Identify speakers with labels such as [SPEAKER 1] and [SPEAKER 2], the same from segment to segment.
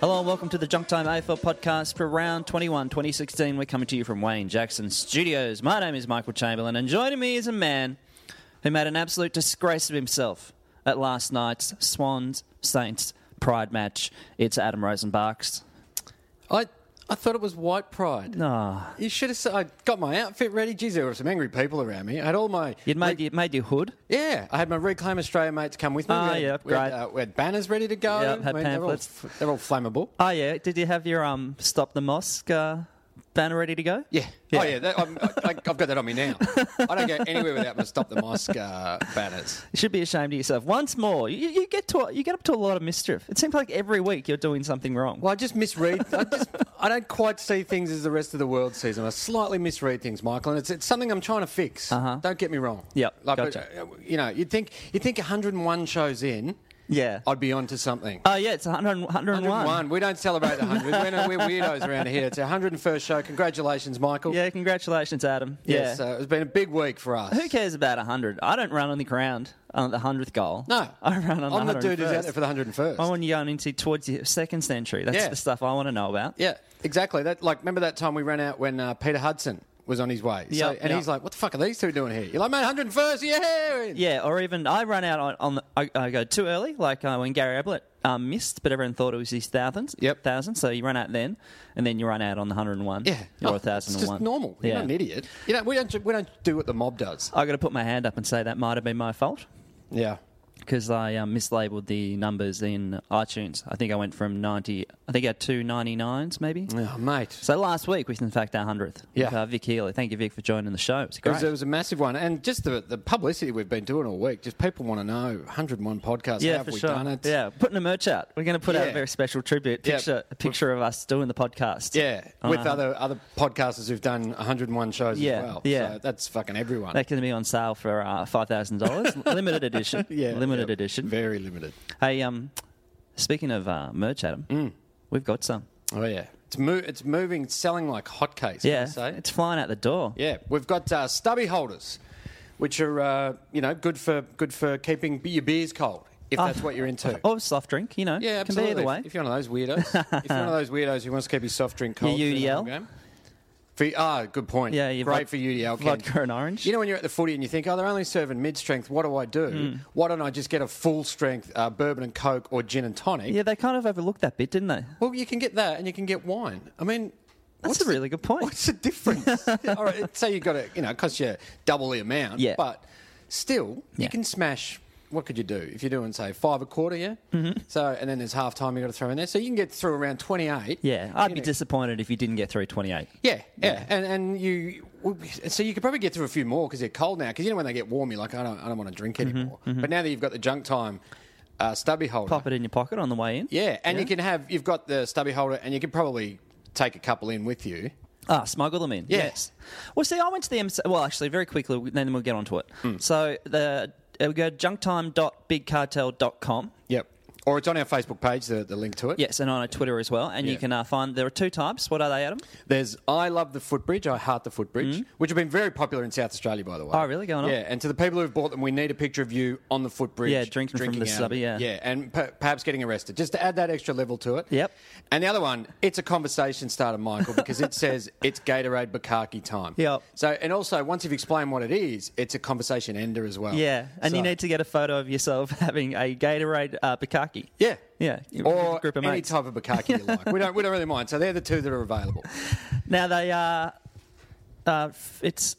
[SPEAKER 1] Hello and welcome to the Junk Time AFL podcast for round 21 2016. We're coming to you from Wayne Jackson Studios. My name is Michael Chamberlain, and joining me is a man who made an absolute disgrace of himself at last night's Swans Saints Pride match. It's Adam Rosenbarks.
[SPEAKER 2] I I thought it was white pride.
[SPEAKER 1] No.
[SPEAKER 2] You should have said, I got my outfit ready. Geez, there were some angry people around me. I had all my.
[SPEAKER 1] You'd made, you made your hood.
[SPEAKER 2] yeah, I had my Reclaim Australia mates come with me.
[SPEAKER 1] Ah,
[SPEAKER 2] we had,
[SPEAKER 1] yeah,
[SPEAKER 2] we had,
[SPEAKER 1] great.
[SPEAKER 2] uh, we had banners ready to go.
[SPEAKER 1] Yeah, had
[SPEAKER 2] they're all
[SPEAKER 1] pamphlets.
[SPEAKER 2] f- They're all, flammable.
[SPEAKER 1] Oh, yeah. Did you have your um, Stop the Mosque uh, banner ready to go?
[SPEAKER 2] Yeah. Oh, yeah. That, I'm, I, I've got that on me now. I don't go anywhere without my Stop the Mosque uh, banners.
[SPEAKER 1] You should be ashamed of yourself. Once more, you, you get to you get up to a lot of mischief. It seems like every week you're doing something wrong.
[SPEAKER 2] Well, I just misread. I just I don't quite see things as the rest of the world sees them. I slightly misread things, Michael, and it's, it's something I'm trying to fix.
[SPEAKER 1] Uh-huh.
[SPEAKER 2] Don't get me wrong.
[SPEAKER 1] Yep,
[SPEAKER 2] Like, but,
[SPEAKER 1] gotcha.
[SPEAKER 2] uh, you know, you'd think you'd think 101 shows in,
[SPEAKER 1] Yeah.
[SPEAKER 2] I'd be onto something.
[SPEAKER 1] Oh, yeah, it's 100, 101.
[SPEAKER 2] 101. We don't celebrate the 100. we're, no- we're weirdos around here. It's our 101st show. Congratulations, Michael.
[SPEAKER 1] Yeah, congratulations, Adam.
[SPEAKER 2] Yes,
[SPEAKER 1] yeah.
[SPEAKER 2] so it's been a big week for us.
[SPEAKER 1] Who cares about 100? I don't run on the ground on the 100th goal.
[SPEAKER 2] No.
[SPEAKER 1] I run on
[SPEAKER 2] I'm
[SPEAKER 1] the
[SPEAKER 2] the dude who's
[SPEAKER 1] 101st.
[SPEAKER 2] out there for the 101st.
[SPEAKER 1] I want you going into towards the second century. That's
[SPEAKER 2] Yeah.
[SPEAKER 1] the stuff I want to know about.
[SPEAKER 2] Yeah, exactly. That like remember that time we ran out when uh, Peter Hudson was on his way.
[SPEAKER 1] Yep,
[SPEAKER 2] and
[SPEAKER 1] yep.
[SPEAKER 2] he's like, "What the fuck are these two doing here?" You're like, "Man, 101st, yeah."
[SPEAKER 1] Yeah, or even I run out on, on the, I, I go too early, like uh, when Gary Ablett um, missed, but everyone thought it was his thousandth.
[SPEAKER 2] Yep.
[SPEAKER 1] thousand. So you run out then, and then you run out on the 101.
[SPEAKER 2] Yeah,
[SPEAKER 1] You're
[SPEAKER 2] Oh,
[SPEAKER 1] a thousand
[SPEAKER 2] It's just normal. You're
[SPEAKER 1] yeah.
[SPEAKER 2] not an idiot. You know, we don't we don't do what the mob does.
[SPEAKER 1] I got to put my hand up and say that might have been my fault.
[SPEAKER 2] Yeah,
[SPEAKER 1] because I um, mislabeled the numbers in iTunes. I think I went from 90, I think I had two 99s maybe.
[SPEAKER 2] oh, mate.
[SPEAKER 1] So last week was in fact our 100th.
[SPEAKER 2] Yeah.
[SPEAKER 1] With, uh, Vic Healy. Thank you, Vic, for joining the show. It's
[SPEAKER 2] It
[SPEAKER 1] great.
[SPEAKER 2] was, it was a massive one, and just the, the publicity we've been doing all week. Just people want to know 101 podcasts. how
[SPEAKER 1] yeah,
[SPEAKER 2] have
[SPEAKER 1] for
[SPEAKER 2] we
[SPEAKER 1] sure.
[SPEAKER 2] done it?
[SPEAKER 1] Yeah, putting a merch out. We're going to put out a
[SPEAKER 2] Yeah.
[SPEAKER 1] very special tribute
[SPEAKER 2] Yeah.
[SPEAKER 1] picture, a picture of us doing the podcast. Um,
[SPEAKER 2] Yeah,
[SPEAKER 1] On
[SPEAKER 2] with
[SPEAKER 1] our-
[SPEAKER 2] other other podcasters who've done 101 shows
[SPEAKER 1] Yeah,
[SPEAKER 2] as well.
[SPEAKER 1] yeah.
[SPEAKER 2] so that's fucking everyone.
[SPEAKER 1] That can be on sale for uh, five thousand dollars, limited edition.
[SPEAKER 2] yeah,
[SPEAKER 1] limited
[SPEAKER 2] yeah.
[SPEAKER 1] edition.
[SPEAKER 2] Very limited.
[SPEAKER 1] Hey, um, speaking of uh, merch, Adam,
[SPEAKER 2] Mm.
[SPEAKER 1] we've got some.
[SPEAKER 2] Oh yeah, it's mo- it's moving, it's selling like hotcakes.
[SPEAKER 1] Yeah,
[SPEAKER 2] I'd say.
[SPEAKER 1] it's flying out the door.
[SPEAKER 2] yeah. We've got uh, stubby holders, which are uh, you know good for good for keeping b- your beers cold if
[SPEAKER 1] Oh.
[SPEAKER 2] that's what you're into.
[SPEAKER 1] Or soft drink, you know.
[SPEAKER 2] Yeah,
[SPEAKER 1] can be
[SPEAKER 2] absolutely.
[SPEAKER 1] either way.
[SPEAKER 2] If you're one of those weirdos, if you're one of those weirdos who wants to keep his soft drink cold,
[SPEAKER 1] Your
[SPEAKER 2] through the
[SPEAKER 1] UDL?
[SPEAKER 2] whole game. For, ah, good point.
[SPEAKER 1] Yeah, your
[SPEAKER 2] great
[SPEAKER 1] vod-
[SPEAKER 2] for UDL. Ken.
[SPEAKER 1] vodka and orange.
[SPEAKER 2] You know when you're at the footy and you think, oh, they're only serving mid strength. What do I do?
[SPEAKER 1] Hmm.
[SPEAKER 2] Why don't I just get a full strength uh, bourbon and coke or gin and tonic?
[SPEAKER 1] Yeah, they kind of overlooked that bit, didn't they?
[SPEAKER 2] Well, you can get that and you can get wine. I mean,
[SPEAKER 1] That's
[SPEAKER 2] what's
[SPEAKER 1] a really good point.
[SPEAKER 2] What's the difference? All right, say you got to, you know, it costs you double the amount,
[SPEAKER 1] Yeah.
[SPEAKER 2] but still,
[SPEAKER 1] Yeah.
[SPEAKER 2] you can smash. What could you do if you're doing, say, five a quarter, yeah? Mm-hmm. So, and then there's half time you got to throw in there. So you can get through around 28.
[SPEAKER 1] Yeah, I'd be disappointed if you didn't get through 28.
[SPEAKER 2] Yeah, yeah, and and you so you could probably get through a few more because they're cold now. Because you know when they get warm, you're like, I don't, I don't want to drink
[SPEAKER 1] Mm-hmm,
[SPEAKER 2] anymore. But now that you've got the junk time uh, stubby holder,
[SPEAKER 1] Pop it in your pocket on the way in.
[SPEAKER 2] yeah, and you can have you've got the stubby holder, and you can probably take a couple in with you.
[SPEAKER 1] Ah, smuggle them in.
[SPEAKER 2] Yeah.
[SPEAKER 1] Yes. Well, see, I went to the MC. Well, actually, very quickly, then we'll get onto it.
[SPEAKER 2] Hmm.
[SPEAKER 1] So the uh, we go to junktime.bigcartel.com.
[SPEAKER 2] Yep. Or it's on our Facebook page, the, the link to it.
[SPEAKER 1] Yes, and on our Twitter as well. And you
[SPEAKER 2] Yeah. Oh.
[SPEAKER 1] can uh, find there are two types. What are they, Adam?
[SPEAKER 2] There's I Love the Footbridge, I Heart the Footbridge, which have been very popular in South Australia, by the way.
[SPEAKER 1] Mm-hmm. Oh, really? Going on?
[SPEAKER 2] Yeah, and to the people who've bought them, we need a picture of you on the footbridge.
[SPEAKER 1] Yeah, drinking from the
[SPEAKER 2] out of
[SPEAKER 1] stubby, yeah.
[SPEAKER 2] it. Yeah, and per- perhaps getting arrested, just to add that extra level to it.
[SPEAKER 1] Yep.
[SPEAKER 2] And the other one, it's a conversation starter, Michael, because it says it's Gatorade Bukaki time.
[SPEAKER 1] Yep.
[SPEAKER 2] So, and also, once you've explained what it is, it's a conversation ender as well.
[SPEAKER 1] Yeah, and you
[SPEAKER 2] So-
[SPEAKER 1] need to get a photo of yourself having a Gatorade uh, bukkake.
[SPEAKER 2] Yeah.
[SPEAKER 1] Yeah,
[SPEAKER 2] Or
[SPEAKER 1] group of
[SPEAKER 2] any
[SPEAKER 1] mates.
[SPEAKER 2] type of Bukaki you like. We don't, we don't really mind. So they're the two that are available.
[SPEAKER 1] Now they are. Uh, f- it's.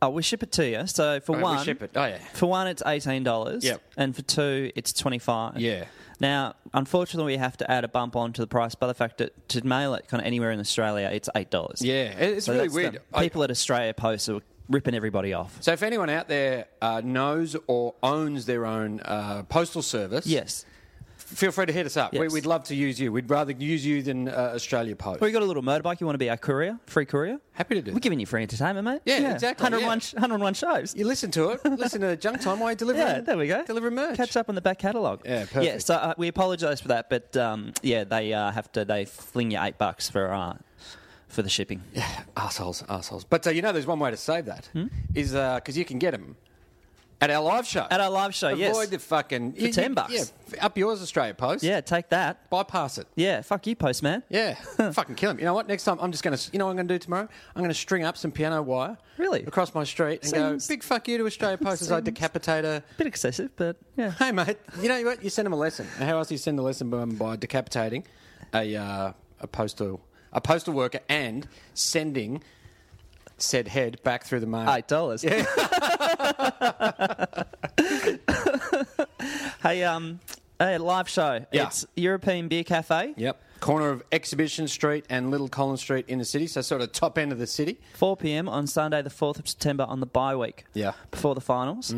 [SPEAKER 1] Oh, we ship it to you. So for
[SPEAKER 2] Right, we
[SPEAKER 1] one,
[SPEAKER 2] ship it. Oh, yeah.
[SPEAKER 1] For one, it's eighteen dollars.
[SPEAKER 2] Yep.
[SPEAKER 1] And for two, it's twenty five.
[SPEAKER 2] Yeah.
[SPEAKER 1] Now, unfortunately, we have to add a bump onto the price by the fact that to mail it kind of anywhere in Australia, it's eight dollars.
[SPEAKER 2] Yeah, it- it's really weird. I-
[SPEAKER 1] people at Australia Post are ripping everybody off.
[SPEAKER 2] So if anyone out there uh, knows or owns their own uh, postal service,
[SPEAKER 1] Yes.
[SPEAKER 2] feel free to hit us up. We,
[SPEAKER 1] Yes.
[SPEAKER 2] we'd love to use you. We'd rather use you than uh, Australia Post.
[SPEAKER 1] Well, you got a little motorbike. You want to be our courier, free courier?
[SPEAKER 2] Happy to do
[SPEAKER 1] We're
[SPEAKER 2] that.
[SPEAKER 1] giving you free entertainment, mate.
[SPEAKER 2] Yeah, exactly,
[SPEAKER 1] 101,
[SPEAKER 2] yeah.
[SPEAKER 1] sh- 101 shows.
[SPEAKER 2] you listen to it. listen to Junk Time while you deliver.
[SPEAKER 1] Yeah, there we go.
[SPEAKER 2] Deliver merch.
[SPEAKER 1] Catch up on the back catalogue.
[SPEAKER 2] Yeah, perfect.
[SPEAKER 1] Yeah, so uh, we apologise for that, but um, yeah, they uh, have to. They fling you eight bucks for uh, for the shipping.
[SPEAKER 2] Assholes, assholes. But uh, you know, there's one way to save that.
[SPEAKER 1] Hmm?
[SPEAKER 2] Is because you can get them at our live show.
[SPEAKER 1] At our live show,
[SPEAKER 2] Avoid
[SPEAKER 1] yes.
[SPEAKER 2] the fucking for
[SPEAKER 1] 10 bucks.
[SPEAKER 2] Yeah, f- up yours, Australia Post.
[SPEAKER 1] Yeah, take that.
[SPEAKER 2] bypass it.
[SPEAKER 1] Yeah, fuck you, postman.
[SPEAKER 2] Yeah, fucking kill him. You know what? Next time, I'm just gonna. You know what I'm gonna do tomorrow? I'm gonna string up some piano wire.
[SPEAKER 1] Really?
[SPEAKER 2] Across my street and
[SPEAKER 1] Seems-
[SPEAKER 2] go big fuck you to Australia Post as I decapitate her.
[SPEAKER 1] Bit excessive, but yeah.
[SPEAKER 2] Hey mate, you know what? You send them a lesson. And How else do you send a lesson by, by decapitating a uh, a postal a postal worker and sending said head back through the mail?
[SPEAKER 1] Eight dollars. hey, um, hey, live show.
[SPEAKER 2] Yeah.
[SPEAKER 1] It's European Beer Cafe.
[SPEAKER 2] Yep. Corner of Exhibition Street and Little Collins Street in the city, so sort of top end of the city.
[SPEAKER 1] 4 p.m. on Sunday, the 4th of September, on the bye week.
[SPEAKER 2] Yeah. Mm.
[SPEAKER 1] Before the finals.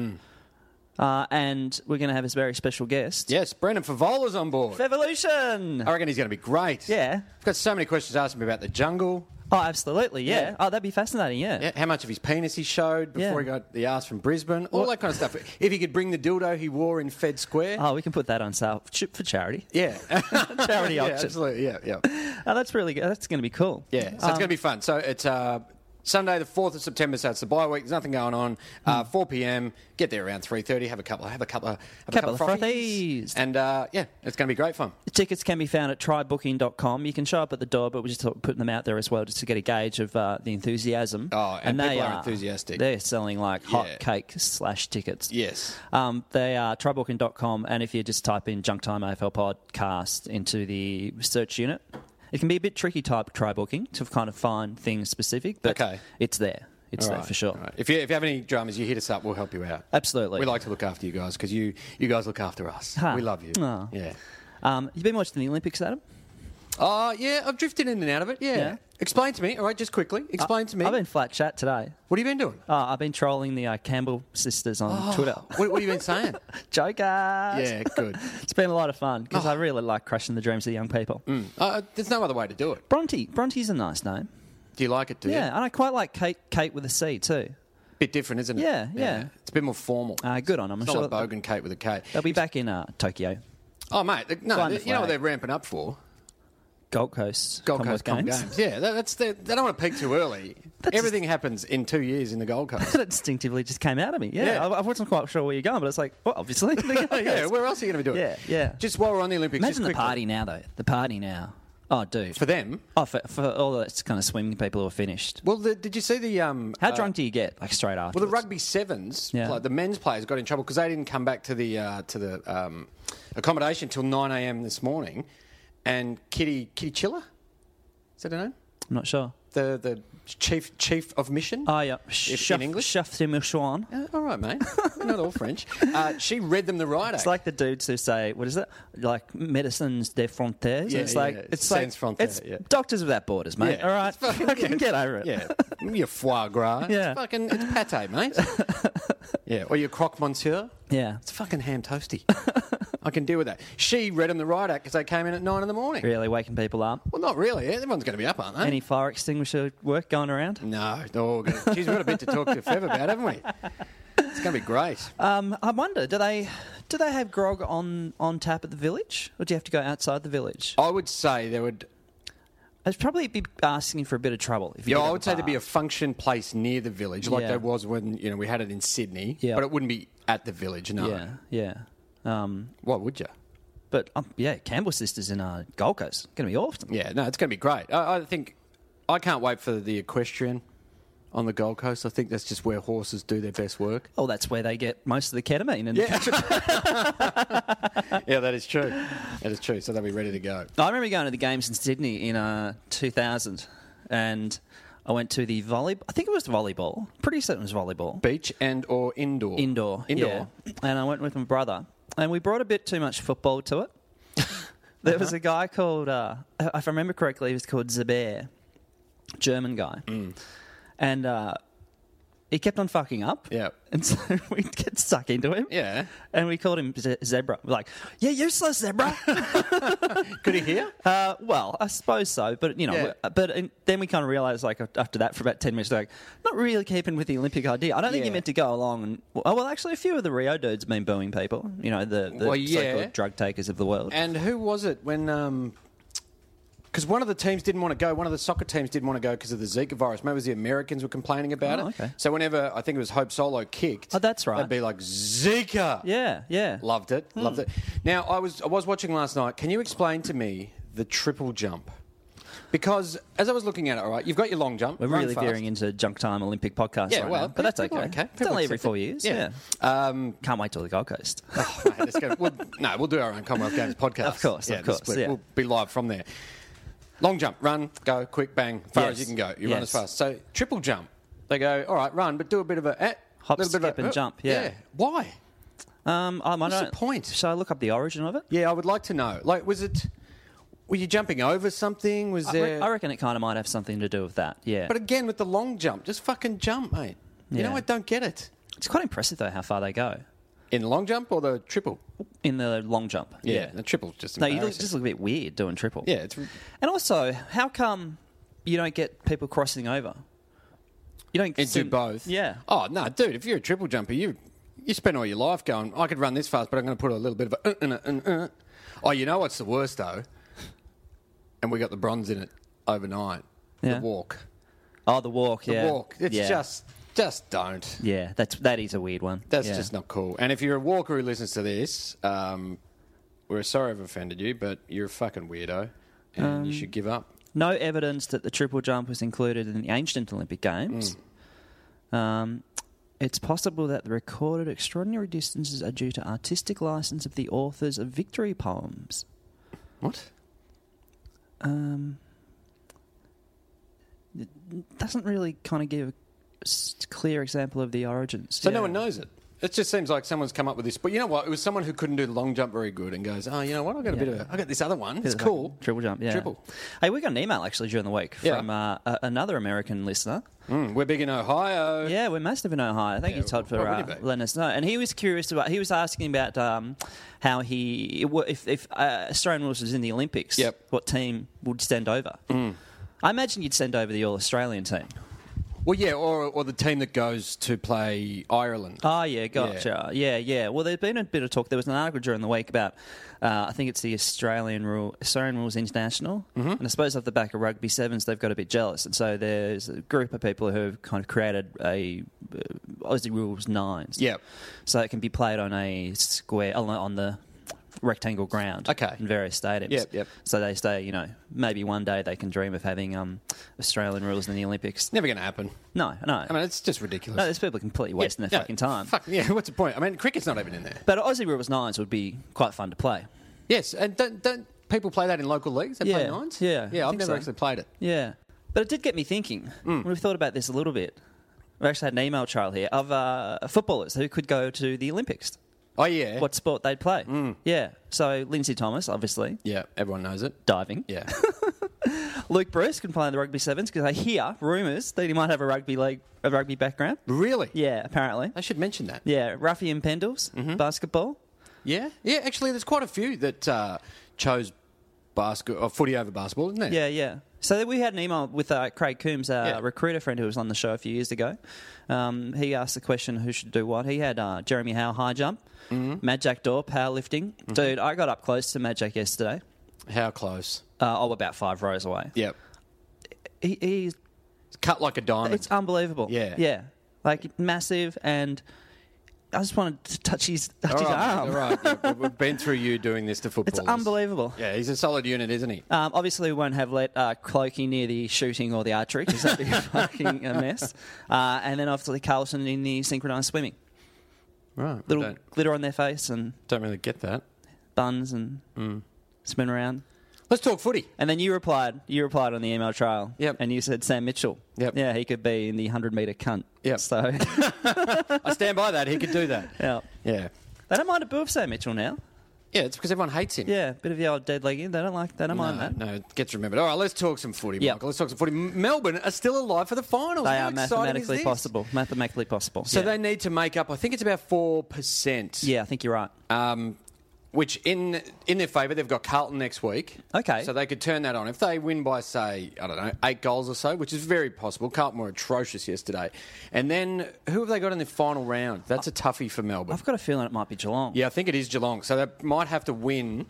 [SPEAKER 1] Uh, and we're going to have a very special guest.
[SPEAKER 2] Yes, Brendan Favola's on board.
[SPEAKER 1] Evolution.
[SPEAKER 2] I reckon he's going to be great.
[SPEAKER 1] Yeah.
[SPEAKER 2] I've got so many questions asking me about the jungle.
[SPEAKER 1] Oh, absolutely. Yeah.
[SPEAKER 2] Yeah.
[SPEAKER 1] Oh, that'd be fascinating. Yeah.
[SPEAKER 2] Yeah, how much of his penis he showed before
[SPEAKER 1] Yeah.
[SPEAKER 2] he got the ass from Brisbane, all that kind of stuff. If he could bring the dildo he wore in Fed Square,
[SPEAKER 1] Oh, we can put that on sale for ch- for charity.
[SPEAKER 2] yeah,
[SPEAKER 1] Charity
[SPEAKER 2] yeah,
[SPEAKER 1] auction.
[SPEAKER 2] absolutely, yeah, yeah,
[SPEAKER 1] Oh, that's really good. That's going to be cool. Um,
[SPEAKER 2] yeah. So it's going to be fun. So it's uh, Sunday, the fourth of September. So it's the bye week. There's nothing going on.
[SPEAKER 1] Hmm.
[SPEAKER 2] Uh, Four p.m. Get there around three thirty. Have a couple. Have a couple. Have a
[SPEAKER 1] Couple of frothies.
[SPEAKER 2] And uh, yeah, it's going to be great fun.
[SPEAKER 1] Tickets can be found at trybooking.com. You can show up at the door, but we're just putting them out there as well just to get a gauge of uh, the enthusiasm.
[SPEAKER 2] Oh, and people are enthusiastic.
[SPEAKER 1] They're selling like
[SPEAKER 2] Yeah.
[SPEAKER 1] hot cake slash tickets.
[SPEAKER 2] Yes.
[SPEAKER 1] Um, they are trybooking.com, and if you just type in Junk Time AFL Podcast into the search unit, it can be a bit tricky type trybooking to kind of find things specific, but
[SPEAKER 2] Okay.
[SPEAKER 1] it's there. It's
[SPEAKER 2] All
[SPEAKER 1] there
[SPEAKER 2] right,
[SPEAKER 1] for sure.
[SPEAKER 2] all right. If you if you have any dramas, you hit us up. We'll help you out.
[SPEAKER 1] Absolutely.
[SPEAKER 2] We like to look after you guys because you you guys look after us.
[SPEAKER 1] Huh.
[SPEAKER 2] We love you.
[SPEAKER 1] Aw.
[SPEAKER 2] Yeah.
[SPEAKER 1] Um, you've been watching the Olympics, Adam?
[SPEAKER 2] Oh, yeah, I've drifted in and out of it. Yeah.
[SPEAKER 1] Yeah.
[SPEAKER 2] Explain to me, all right, just quickly. Explain to me.
[SPEAKER 1] I've been flat chat today.
[SPEAKER 2] what have you been doing?
[SPEAKER 1] Oh, I've been trolling the uh, Campbell sisters on
[SPEAKER 2] Oh.
[SPEAKER 1] Twitter.
[SPEAKER 2] What, what have you been saying?
[SPEAKER 1] Jokers.
[SPEAKER 2] yeah, Oh. good.
[SPEAKER 1] It's been a lot of fun because I really like crushing the dreams of the young people.
[SPEAKER 2] Uh, there's no other way to do it.
[SPEAKER 1] Bronte. Bronte's a nice name.
[SPEAKER 2] Do you like it, do
[SPEAKER 1] Yeah.
[SPEAKER 2] you?
[SPEAKER 1] and I quite like Kate Kate with a C too.
[SPEAKER 2] Bit different, isn't it?
[SPEAKER 1] Yeah, yeah.
[SPEAKER 2] It's a bit more formal.
[SPEAKER 1] Uh, good on them. I'm
[SPEAKER 2] it's not
[SPEAKER 1] sure
[SPEAKER 2] like Bogan Kate with a K.
[SPEAKER 1] they'll be back in uh, Tokyo.
[SPEAKER 2] Oh, mate, th- no,
[SPEAKER 1] Flying
[SPEAKER 2] th-
[SPEAKER 1] the
[SPEAKER 2] you know what
[SPEAKER 1] flag.
[SPEAKER 2] they're ramping up for?
[SPEAKER 1] Gold Coast.
[SPEAKER 2] Gold
[SPEAKER 1] Commonwealth
[SPEAKER 2] Coast Com games. Yeah, that, that's their, they don't want to peak too early. Everything happens in two years in the Gold Coast.
[SPEAKER 1] That instinctively just came out of me. Yeah,
[SPEAKER 2] Yeah.
[SPEAKER 1] I, I wasn't quite sure where you're going, but it's like, well, obviously. the Gold Coast.
[SPEAKER 2] yeah, where else are you going to be doing it?
[SPEAKER 1] Yeah, yeah.
[SPEAKER 2] Just while we're on the Olympics, just
[SPEAKER 1] Imagine the
[SPEAKER 2] quickly.
[SPEAKER 1] party now, though. The party now. Oh, dude.
[SPEAKER 2] For them,
[SPEAKER 1] oh, for, for all those kind of swimming people who are finished.
[SPEAKER 2] well, the, did you see the um,
[SPEAKER 1] How drunk do you get, like, straight after?
[SPEAKER 2] Well, the rugby sevens,
[SPEAKER 1] Yeah.
[SPEAKER 2] play, the men's players got in trouble because they didn't come back to the uh, to the um, accommodation till nine a.m. this morning. And Kitty Kitty Chiller, is that her name?
[SPEAKER 1] I'm not sure.
[SPEAKER 2] The the chief chief of mission.
[SPEAKER 1] Oh, yeah. Chef,
[SPEAKER 2] English?
[SPEAKER 1] Chef de Michouan.
[SPEAKER 2] Uh, all right, mate. We're Not all French. Uh, she read them the riot.
[SPEAKER 1] It's like the dudes who say, "What is it? Like medicines des frontières."
[SPEAKER 2] Yeah,
[SPEAKER 1] it's like
[SPEAKER 2] yeah,
[SPEAKER 1] it's
[SPEAKER 2] sans
[SPEAKER 1] like
[SPEAKER 2] frontière,
[SPEAKER 1] it's
[SPEAKER 2] yeah.
[SPEAKER 1] doctors without borders, mate.
[SPEAKER 2] Yeah.
[SPEAKER 1] All right,
[SPEAKER 2] It's fucking-
[SPEAKER 1] fucking
[SPEAKER 2] yeah.
[SPEAKER 1] get over it.
[SPEAKER 2] yeah, your foie gras.
[SPEAKER 1] Yeah.
[SPEAKER 2] it's fucking it's pate, mate. yeah, or your croque monsieur.
[SPEAKER 1] yeah.
[SPEAKER 2] It's fucking ham toasty. I can deal with that. She read them the riot act because they came in at nine in the morning.
[SPEAKER 1] Really waking people up.
[SPEAKER 2] Well, not really. Everyone's going to be up, aren't they?
[SPEAKER 1] Any fire extinguisher work going around?
[SPEAKER 2] No, no. Geez, we've got a bit to talk to Fev about, haven't we? It's going to be great.
[SPEAKER 1] Um, I wonder, do they do they have grog on on tap at the village, or do you have to go outside the village?
[SPEAKER 2] I would say there would.
[SPEAKER 1] I'd probably be asking for a bit of trouble. If you
[SPEAKER 2] Yeah,
[SPEAKER 1] did
[SPEAKER 2] I
[SPEAKER 1] have
[SPEAKER 2] would say there'd be a
[SPEAKER 1] bar.
[SPEAKER 2] function place near the village, like
[SPEAKER 1] Yeah.
[SPEAKER 2] there was when you know we had it in Sydney.
[SPEAKER 1] Yeah.
[SPEAKER 2] but it wouldn't be at the village. No.
[SPEAKER 1] yeah, yeah. Um,
[SPEAKER 2] Why would you?
[SPEAKER 1] but um, yeah, Campbell sisters in uh, Gold Coast going to be awesome.
[SPEAKER 2] Yeah, no, it's going to be great. I, I think I can't wait for the equestrian on the Gold Coast. I think that's just where horses do their best work.
[SPEAKER 1] Oh, that's where they get most of the ketamine. And
[SPEAKER 2] yeah, that is true. That is true. So they'll be ready to go.
[SPEAKER 1] I remember going to the games in Sydney in uh, 2000, and I went to the volley. I think it was volleyball. Pretty certain it was volleyball.
[SPEAKER 2] Beach and or indoor.
[SPEAKER 1] Indoor.
[SPEAKER 2] Indoor.
[SPEAKER 1] yeah. And I went with my brother, and we brought a bit too much football to it. There was a guy called, uh, if I remember correctly, he was called Zubair, German guy,
[SPEAKER 2] Mm.
[SPEAKER 1] and uh, he kept on fucking up.
[SPEAKER 2] Yeah.
[SPEAKER 1] and so we'd get stuck into him.
[SPEAKER 2] Yeah.
[SPEAKER 1] and we called him Ze- Zebra. We're like, yeah, useless Zebra.
[SPEAKER 2] Could he hear?
[SPEAKER 1] Uh, well, I suppose so, but you know,
[SPEAKER 2] Yeah.
[SPEAKER 1] we- uh, but in, then we kind of realised, like after that, for about ten minutes, like not really keeping with the Olympic idea. I don't think you
[SPEAKER 2] Yeah.
[SPEAKER 1] meant to go along. And, oh well, actually, a few of the Rio dudes been booing people. You know, the, the
[SPEAKER 2] Well, yeah.
[SPEAKER 1] so-called drug takers of the world.
[SPEAKER 2] And who was it when? Um, because one of the teams didn't want to go. One of the soccer teams didn't want to go because of the Zika virus. Maybe it was the Americans were complaining about
[SPEAKER 1] Oh,
[SPEAKER 2] it.
[SPEAKER 1] okay.
[SPEAKER 2] So whenever I think it was Hope Solo kicked,
[SPEAKER 1] Oh, that's right.
[SPEAKER 2] They'd be like Zika.
[SPEAKER 1] yeah, Hmm. yeah.
[SPEAKER 2] loved it, loved it. Now I was I was watching last night. Can you explain to me the triple jump? Because as I was looking at it, all right, you've got your long jump.
[SPEAKER 1] We're
[SPEAKER 2] run
[SPEAKER 1] really
[SPEAKER 2] fast.
[SPEAKER 1] veering into junk time Olympic podcast
[SPEAKER 2] Yeah,
[SPEAKER 1] right
[SPEAKER 2] well,
[SPEAKER 1] now, but that's okay.
[SPEAKER 2] people are okay.
[SPEAKER 1] It's
[SPEAKER 2] People
[SPEAKER 1] only every
[SPEAKER 2] accept
[SPEAKER 1] four
[SPEAKER 2] it.
[SPEAKER 1] years.
[SPEAKER 2] Yeah. Um,
[SPEAKER 1] Yeah. can't wait till the Gold Coast.
[SPEAKER 2] Oh, mate, let's go. We'll, no, we'll do our own Commonwealth Games podcast.
[SPEAKER 1] Of course, of
[SPEAKER 2] this-
[SPEAKER 1] course,
[SPEAKER 2] We'll,
[SPEAKER 1] yeah.
[SPEAKER 2] we'll be live from there. Long jump, run, go, quick, bang, far as you
[SPEAKER 1] Yes,
[SPEAKER 2] can go. You run
[SPEAKER 1] yes.
[SPEAKER 2] as fast. So triple jump. They go, all right, run, but do a bit of a eh,
[SPEAKER 1] Hop,
[SPEAKER 2] little bit of
[SPEAKER 1] skip
[SPEAKER 2] a,
[SPEAKER 1] and
[SPEAKER 2] eh,
[SPEAKER 1] jump, yeah.
[SPEAKER 2] Why?
[SPEAKER 1] um, I, I
[SPEAKER 2] What's the
[SPEAKER 1] don't-
[SPEAKER 2] point?
[SPEAKER 1] Shall I look up the origin of it?
[SPEAKER 2] Yeah, I would like to know. Like, was it? Were you jumping over something? Was
[SPEAKER 1] I, re-
[SPEAKER 2] there?
[SPEAKER 1] I reckon it kind of might have something to do with that. Yeah,
[SPEAKER 2] but again, with the long jump, just fucking jump, mate. You know,
[SPEAKER 1] Yeah.
[SPEAKER 2] I don't get it.
[SPEAKER 1] it's quite impressive though how far they go
[SPEAKER 2] In the long jump or the triple?
[SPEAKER 1] in the long jump.
[SPEAKER 2] the triple's just
[SPEAKER 1] No, you look,
[SPEAKER 2] embarrassing.
[SPEAKER 1] just look a bit weird doing triple.
[SPEAKER 2] yeah, it's
[SPEAKER 1] And also, how come you don't get people crossing over? You don't
[SPEAKER 2] and
[SPEAKER 1] see-
[SPEAKER 2] do both.
[SPEAKER 1] Yeah.
[SPEAKER 2] Oh no, dude! If you're a triple jumper, you you spend all your life going, I could run this fast, but I'm going to put a little bit of a. Uh, and a- and uh. Oh, you know what's the worst though? And we got the bronze in it overnight.
[SPEAKER 1] Yeah.
[SPEAKER 2] The walk,
[SPEAKER 1] Oh, the walk.
[SPEAKER 2] the
[SPEAKER 1] yeah.
[SPEAKER 2] walk. It's
[SPEAKER 1] yeah.
[SPEAKER 2] just just don't.
[SPEAKER 1] yeah. That's that is a weird one.
[SPEAKER 2] That's
[SPEAKER 1] Yeah.
[SPEAKER 2] just not cool. And if you're a walker who listens to this, um, we're sorry I've offended you, but you're a fucking weirdo, and
[SPEAKER 1] Um,
[SPEAKER 2] you should give up.
[SPEAKER 1] no evidence that the triple jump was included in the ancient Olympic Games.
[SPEAKER 2] Mm.
[SPEAKER 1] Um, it's possible that the recorded extraordinary distances are due to artistic license of the authors of victory poems.
[SPEAKER 2] What?
[SPEAKER 1] Um, it doesn't really kind of give a s- clear example of the origins.
[SPEAKER 2] So
[SPEAKER 1] Yeah.
[SPEAKER 2] no one knows it. It just seems like someone's come up with this. But you know what? It was someone who couldn't do the long jump very good and goes, oh, you know what? I've got a bit of a, I got this other one. It's
[SPEAKER 1] Like
[SPEAKER 2] cool.
[SPEAKER 1] Triple jump, yeah.
[SPEAKER 2] Triple.
[SPEAKER 1] Hey, we got an email actually during the week
[SPEAKER 2] Yeah.
[SPEAKER 1] from uh, a- another American listener.
[SPEAKER 2] Mm, we're big in Ohio.
[SPEAKER 1] Yeah, we're massive in Ohio. Thank you, Todd, for
[SPEAKER 2] why
[SPEAKER 1] uh,
[SPEAKER 2] wouldn't it be?
[SPEAKER 1] letting us know. And he was curious about. He was asking about um, how he if, if uh, Australian rules was in the Olympics.
[SPEAKER 2] Yep. Mm.
[SPEAKER 1] What team would send over? I imagine you'd send over the All Australian team.
[SPEAKER 2] Well, yeah, or, or the team that goes to play Ireland.
[SPEAKER 1] Oh yeah, gotcha. Yeah, yeah. Well, there's been a bit of talk. There was an article during the week about, uh, I think it's the Australian rule, Australian Rules International,
[SPEAKER 2] Mm-hmm.
[SPEAKER 1] and I suppose off the back of rugby sevens, they've got a bit jealous, and so there's a group of people who have kind of created a uh, Aussie Rules nines.
[SPEAKER 2] Yep.
[SPEAKER 1] So it can be played on a square on the- on the rectangle ground.
[SPEAKER 2] Okay.
[SPEAKER 1] In various stadiums.
[SPEAKER 2] Yep, yep.
[SPEAKER 1] So they say, you know, maybe one day they can dream of having um, Australian rules in the Olympics.
[SPEAKER 2] Never going to happen.
[SPEAKER 1] No, no.
[SPEAKER 2] I mean, it's just ridiculous.
[SPEAKER 1] no, there's people completely wasting
[SPEAKER 2] Yeah,
[SPEAKER 1] their
[SPEAKER 2] no,
[SPEAKER 1] fucking time.
[SPEAKER 2] Fuck, yeah, what's the point? I mean, cricket's not even in there.
[SPEAKER 1] But Aussie Rules Nines would be quite fun to play.
[SPEAKER 2] Yes, and don't, don't people play that in local leagues? They play
[SPEAKER 1] Yeah,
[SPEAKER 2] nines?
[SPEAKER 1] yeah, I
[SPEAKER 2] Yeah, I've
[SPEAKER 1] think
[SPEAKER 2] never
[SPEAKER 1] so.
[SPEAKER 2] actually played it.
[SPEAKER 1] Yeah. But it did get me thinking.
[SPEAKER 2] Hmm.
[SPEAKER 1] We've thought about this a little bit. We actually had an email trial here of uh, footballers who could go to the Olympics,
[SPEAKER 2] Oh, yeah. Hmm.
[SPEAKER 1] what sport they'd play. Yeah. So Lindsay Thomas, obviously,
[SPEAKER 2] Yeah, everyone knows it.
[SPEAKER 1] diving.
[SPEAKER 2] Yeah.
[SPEAKER 1] Luke Bruce can play in the rugby sevens because I hear rumours that he might have a rugby league, a rugby background.
[SPEAKER 2] really?
[SPEAKER 1] Yeah, apparently.
[SPEAKER 2] I should mention that.
[SPEAKER 1] Yeah, Ruffy and Pendles,
[SPEAKER 2] Mm-hmm.
[SPEAKER 1] basketball.
[SPEAKER 2] Yeah, yeah. Actually, there's quite a few that uh, chose basket or footy over basketball, isn't there?
[SPEAKER 1] Yeah, yeah. So then we had an email with uh, Craig Coombs, our
[SPEAKER 2] Yeah.
[SPEAKER 1] recruiter friend who was on the show a few years ago. Um, he asked the question, who should do what? He had uh, Jeremy Howe high jump,
[SPEAKER 2] Mm-hmm.
[SPEAKER 1] Mad Jack Door powerlifting. Dude, I got up close to Mad Jack yesterday.
[SPEAKER 2] How close?
[SPEAKER 1] Uh, oh, about five rows away.
[SPEAKER 2] Yep.
[SPEAKER 1] He, he's,
[SPEAKER 2] It's cut like a diamond.
[SPEAKER 1] it's unbelievable.
[SPEAKER 2] Yeah.
[SPEAKER 1] Yeah. Like massive and... I just wanted to touch his, touch
[SPEAKER 2] all
[SPEAKER 1] his
[SPEAKER 2] right,
[SPEAKER 1] arm.
[SPEAKER 2] all right. Yeah, we- we've been through you doing this to
[SPEAKER 1] It's
[SPEAKER 2] football.
[SPEAKER 1] unbelievable.
[SPEAKER 2] Yeah, he's a solid unit, isn't he?
[SPEAKER 1] Um, obviously, we won't have let uh, Clokey near the shooting or the archery because that'd be a fucking a mess. Uh, and then obviously Carlson in the synchronised swimming.
[SPEAKER 2] Right.
[SPEAKER 1] Little
[SPEAKER 2] Don't,
[SPEAKER 1] glitter on their face and
[SPEAKER 2] don't really get that.
[SPEAKER 1] buns and
[SPEAKER 2] Mm.
[SPEAKER 1] spin around.
[SPEAKER 2] Let's talk footy.
[SPEAKER 1] And then you replied. You replied on the email trial.
[SPEAKER 2] Yep.
[SPEAKER 1] And you said Sam Mitchell.
[SPEAKER 2] Yep.
[SPEAKER 1] Yeah, he could be in the hundred meter cunt.
[SPEAKER 2] Yep.
[SPEAKER 1] So
[SPEAKER 2] I stand by that. He could do that.
[SPEAKER 1] yeah.
[SPEAKER 2] Yeah.
[SPEAKER 1] they don't mind a boo of Sam Mitchell now.
[SPEAKER 2] Yeah, it's because everyone hates him.
[SPEAKER 1] Yeah, bit of the old dead leg in. They don't like. They don't
[SPEAKER 2] No,
[SPEAKER 1] mind that.
[SPEAKER 2] no, it gets remembered. All right, let's talk some footy,
[SPEAKER 1] Yeah.
[SPEAKER 2] Michael. Let's talk some footy. M- Melbourne are still alive for the finals.
[SPEAKER 1] They
[SPEAKER 2] How
[SPEAKER 1] are
[SPEAKER 2] exciting is
[SPEAKER 1] mathematically
[SPEAKER 2] this?
[SPEAKER 1] possible. Mathematically possible.
[SPEAKER 2] So
[SPEAKER 1] yeah.
[SPEAKER 2] they need to make up. I think it's about four percent.
[SPEAKER 1] Yeah, I think you're right.
[SPEAKER 2] Um, which in in their favour, they've got Carlton next week.
[SPEAKER 1] Okay.
[SPEAKER 2] So they could turn that on if they win by say I don't know eight goals or so, which is very possible. Carlton were atrocious yesterday, and then who have they got in the final round? That's a toughie for Melbourne.
[SPEAKER 1] I've got a feeling it might be Geelong.
[SPEAKER 2] Yeah, I think it is Geelong. So they might have to win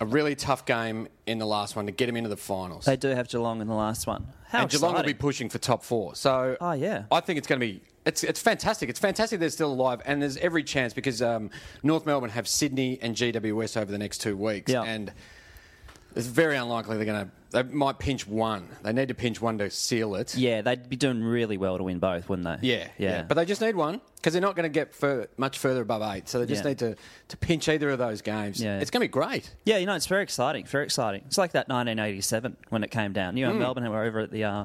[SPEAKER 2] a really tough game in the last one to get them into the finals.
[SPEAKER 1] They do have Geelong in the last one. How
[SPEAKER 2] and Geelong will be
[SPEAKER 1] Oh, exciting.
[SPEAKER 2] pushing for top four. So
[SPEAKER 1] Oh, yeah.
[SPEAKER 2] I think it's going to be it's it's fantastic. It's fantastic they're still alive, and there's every chance because um, North Melbourne have Sydney and GWS over the next two weeks,
[SPEAKER 1] Yeah.
[SPEAKER 2] and it's very unlikely they're going to. They might pinch one. They need to pinch one to seal it.
[SPEAKER 1] Yeah, they'd be doing really well to win both, wouldn't they?
[SPEAKER 2] Yeah, yeah, But they just need one because they're not going to get fur- much further above eight. So they just
[SPEAKER 1] Yeah.
[SPEAKER 2] need to, to pinch either of those games.
[SPEAKER 1] Yeah.
[SPEAKER 2] It's going to be great.
[SPEAKER 1] Yeah, you know, it's very exciting. Very exciting. It's like that 1987 when it came down.
[SPEAKER 2] Hmm.
[SPEAKER 1] You know, Melbourne were over at the uh,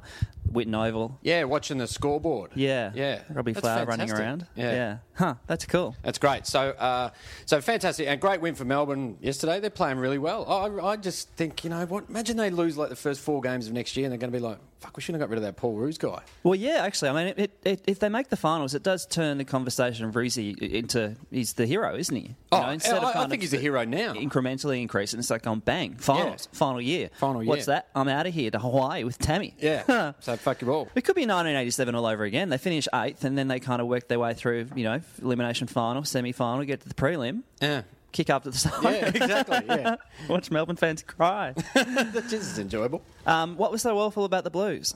[SPEAKER 1] Witten Oval.
[SPEAKER 2] Yeah, watching the scoreboard.
[SPEAKER 1] Yeah.
[SPEAKER 2] yeah.
[SPEAKER 1] Robbie
[SPEAKER 2] That's
[SPEAKER 1] Flower running
[SPEAKER 2] fantastic.
[SPEAKER 1] around.
[SPEAKER 2] Yeah.
[SPEAKER 1] Huh, that's cool.
[SPEAKER 2] That's great. So, uh, so fantastic and great win for Melbourne yesterday. They're playing really well. I, I just think you know what? Imagine they lose like the first four games of next year, and they're going to be like, "Fuck, we shouldn't have got rid of that Paul Roos guy."
[SPEAKER 1] Well, yeah, actually, I mean, it, it, if they make the finals, it does turn the conversation of Rizzi into he's the hero, isn't he? You
[SPEAKER 2] Oh,
[SPEAKER 1] know,
[SPEAKER 2] I- I
[SPEAKER 1] kind
[SPEAKER 2] think he's a hero now.
[SPEAKER 1] Incrementally increasing, it's like going bang, finals, final year.
[SPEAKER 2] Final
[SPEAKER 1] What's
[SPEAKER 2] year.
[SPEAKER 1] that? I'm out of here to Hawaii with Tammy.
[SPEAKER 2] Yeah. so fuck you all.
[SPEAKER 1] It could be 1987 all over again. They finish eighth, and then they kind of work their way through, you know, elimination final, semi final, get to the prelim,
[SPEAKER 2] Yeah.
[SPEAKER 1] kick up to the side,
[SPEAKER 2] Yeah, exactly. Yeah,
[SPEAKER 1] watch Melbourne fans cry.
[SPEAKER 2] that just is enjoyable.
[SPEAKER 1] um, what was so awful about the Blues?